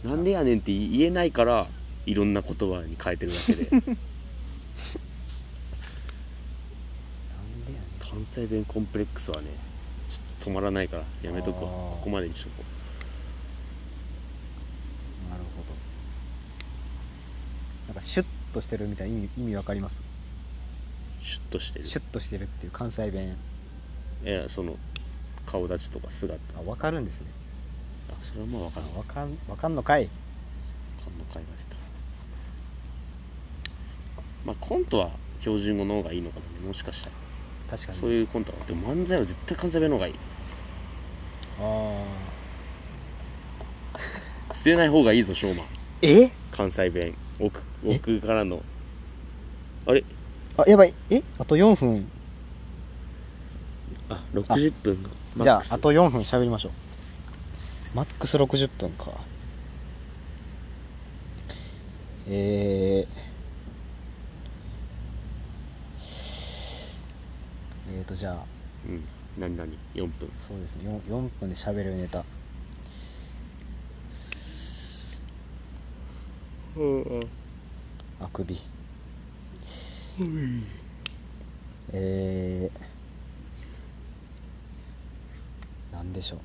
[SPEAKER 2] なんでやねんって言えないからいろんな言葉に変えてるだけで
[SPEAKER 1] なんでやね
[SPEAKER 2] 関西弁コンプレックスはねちょっと止まらないからやめとくわ
[SPEAKER 1] あー
[SPEAKER 2] ここまでにしとこ
[SPEAKER 1] んなるほどなんかシュッとしてるみたいな意味意味わかります
[SPEAKER 2] うシュッとしてる
[SPEAKER 1] シュッとしてるっていう関西弁
[SPEAKER 2] いやその顔立ちとか姿あ
[SPEAKER 1] あわかるんですね
[SPEAKER 2] それはまあ分からん
[SPEAKER 1] あ
[SPEAKER 2] わ
[SPEAKER 1] わかんわかんのかい
[SPEAKER 2] この回が出たまあコントは標準語の方がいいのかもねもしかしたら
[SPEAKER 1] 確かに
[SPEAKER 2] そういうコントはでも漫才は絶対関西弁の方がいい
[SPEAKER 1] あ
[SPEAKER 2] 捨てない方がいいぞ昌磨
[SPEAKER 1] ーえ
[SPEAKER 2] 関西弁奥奥からのあれ
[SPEAKER 1] あやばいえあと4分
[SPEAKER 2] あ60分のマ
[SPEAKER 1] じ
[SPEAKER 2] ッ
[SPEAKER 1] ゃ
[SPEAKER 2] クス
[SPEAKER 1] ああと4分喋りましょうマックス60分かえーえーとじゃあ
[SPEAKER 2] うん何何4分
[SPEAKER 1] そうですね 4, 4分で喋るネタあくびえー、なんでしょう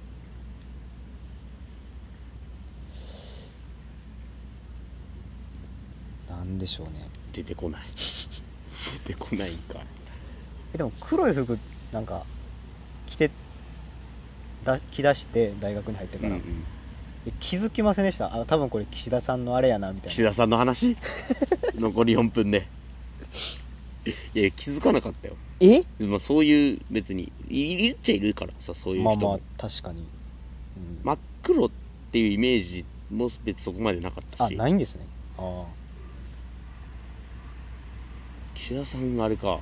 [SPEAKER 1] なんでしょうね
[SPEAKER 2] 出てこない出てこないんかい
[SPEAKER 1] えでも黒い服なんか着てだ着だして大学に入って
[SPEAKER 2] う
[SPEAKER 1] か
[SPEAKER 2] ん
[SPEAKER 1] ら、
[SPEAKER 2] うん
[SPEAKER 1] え気づきませんでしたあ多分これ岸田さんのあれやなみたい
[SPEAKER 2] 岸
[SPEAKER 1] な
[SPEAKER 2] 田さんの話残り4分でいや気づかなかったよ、
[SPEAKER 1] え
[SPEAKER 2] まあ、そういう別にいいるっちゃいるからさそういう人
[SPEAKER 1] まあ
[SPEAKER 2] も、
[SPEAKER 1] まあ確かに、うん
[SPEAKER 2] 真っ黒っていうイメージも別にそこまでなかった
[SPEAKER 1] あ
[SPEAKER 2] し
[SPEAKER 1] ないんですねあ
[SPEAKER 2] 岸田さんがあれか
[SPEAKER 1] あ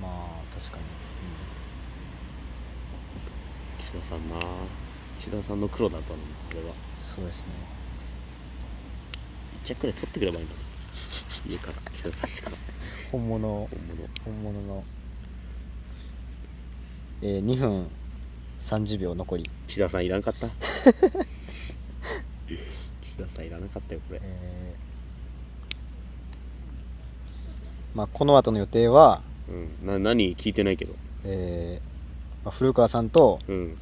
[SPEAKER 1] まあ確かに、
[SPEAKER 2] 岸田さんな岸田さんの黒だったのにあれは
[SPEAKER 1] うん、そうですね
[SPEAKER 2] 1着くらい取ってくればいいのに家から岸田さん家から
[SPEAKER 1] 本物
[SPEAKER 2] 本物
[SPEAKER 1] 本物の、えー、2分30秒残り、
[SPEAKER 2] 岸田さんいらんかった 岸田さんいらなかったよこれ
[SPEAKER 1] えーまあ、この後の予定は、
[SPEAKER 2] うんな何聞いてないけど
[SPEAKER 1] えーまあ、古川さんと、
[SPEAKER 2] うん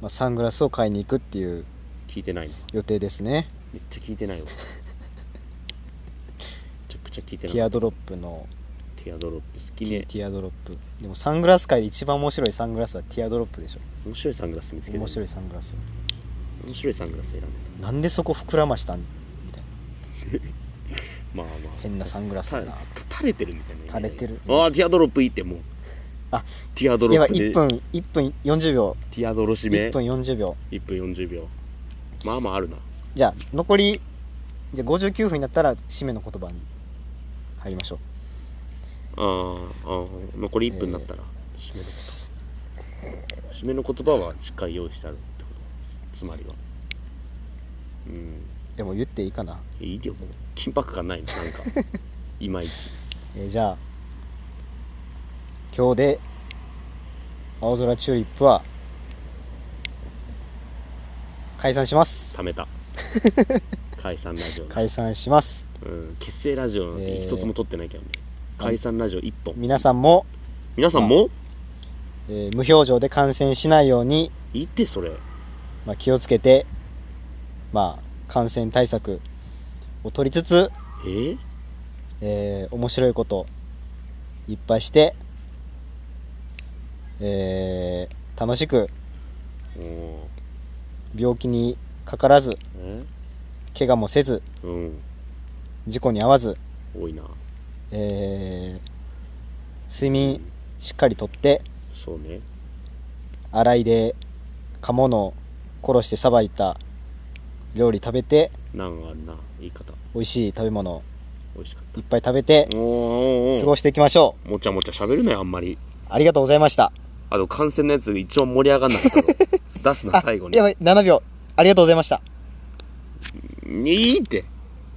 [SPEAKER 1] まあ、サングラスを買いに行くっていう
[SPEAKER 2] 聞いてないな
[SPEAKER 1] 予定ですね
[SPEAKER 2] めっちゃ聞いてないよめちゃくちゃ聞い
[SPEAKER 1] テ
[SPEAKER 2] てない
[SPEAKER 1] ィアドロップの
[SPEAKER 2] ティアドロップ好き
[SPEAKER 1] テ
[SPEAKER 2] ね
[SPEAKER 1] ィアドロップでもサングラス界で一番面白いサングラスはティアドロップでしょ
[SPEAKER 2] 面白いサングラス見つけて
[SPEAKER 1] 面白いサングラス
[SPEAKER 2] 面白いサングラス選んで
[SPEAKER 1] なんでそこ膨らましたんみたいな
[SPEAKER 2] たまあまあ
[SPEAKER 1] 変なサングラス
[SPEAKER 2] た
[SPEAKER 1] やな
[SPEAKER 2] 垂れてるみたいな
[SPEAKER 1] 垂れてる
[SPEAKER 2] ああティアドロップいいってもう
[SPEAKER 1] あ
[SPEAKER 2] ティアド
[SPEAKER 1] で
[SPEAKER 2] ロ
[SPEAKER 1] は
[SPEAKER 2] ップで
[SPEAKER 1] 1分1分40秒
[SPEAKER 2] ティアドロ締め
[SPEAKER 1] 1分40秒
[SPEAKER 2] 1分40秒まあまああるな
[SPEAKER 1] じゃあ残りじゃあ59分になったら締めの言葉に入りましょう
[SPEAKER 2] あーあー残り1分になったら締めの言葉締めの言葉はしっかり用意してあるってことつまりはうん
[SPEAKER 1] でも言っていいかな、
[SPEAKER 2] いいよもう緊迫感ないのなんか いまいち
[SPEAKER 1] えーじゃあ今日で青空チューリップは解散します
[SPEAKER 2] 貯めた解散ラジオ、
[SPEAKER 1] 解散します
[SPEAKER 2] うん、結成ラジオなんて一つも撮ってないけどね、
[SPEAKER 1] ー
[SPEAKER 2] 解散ラジオ1本
[SPEAKER 1] 皆さんも、
[SPEAKER 2] 皆さんも
[SPEAKER 1] えー無表情で感染しないように、
[SPEAKER 2] いいってそれ
[SPEAKER 1] まあ、気をつけて、まあ、感染対策を取りつつ、
[SPEAKER 2] えー、
[SPEAKER 1] えー面白いこといっぱいして、えー楽しく
[SPEAKER 2] おー
[SPEAKER 1] 病気にかからず
[SPEAKER 2] え
[SPEAKER 1] 怪我もせず
[SPEAKER 2] うん
[SPEAKER 1] 事故に遭わず、
[SPEAKER 2] 多いな
[SPEAKER 1] えー睡眠しっかりとって
[SPEAKER 2] そうね
[SPEAKER 1] 洗いで噛物を殺してさばいた料理食べて
[SPEAKER 2] 難はあるな言い方
[SPEAKER 1] 美味しい食べ物を
[SPEAKER 2] 美味しかっ
[SPEAKER 1] いっぱい食べて
[SPEAKER 2] たおーおーおー
[SPEAKER 1] 過ごしていきましょ
[SPEAKER 2] もちゃもちゃ喋るなよあんまり
[SPEAKER 1] うありがとうございました
[SPEAKER 2] あと感染のやつ一番盛り上がんなかったの出すな
[SPEAKER 1] あ
[SPEAKER 2] 最後に
[SPEAKER 1] やばい7秒ありがとうございました
[SPEAKER 2] いいって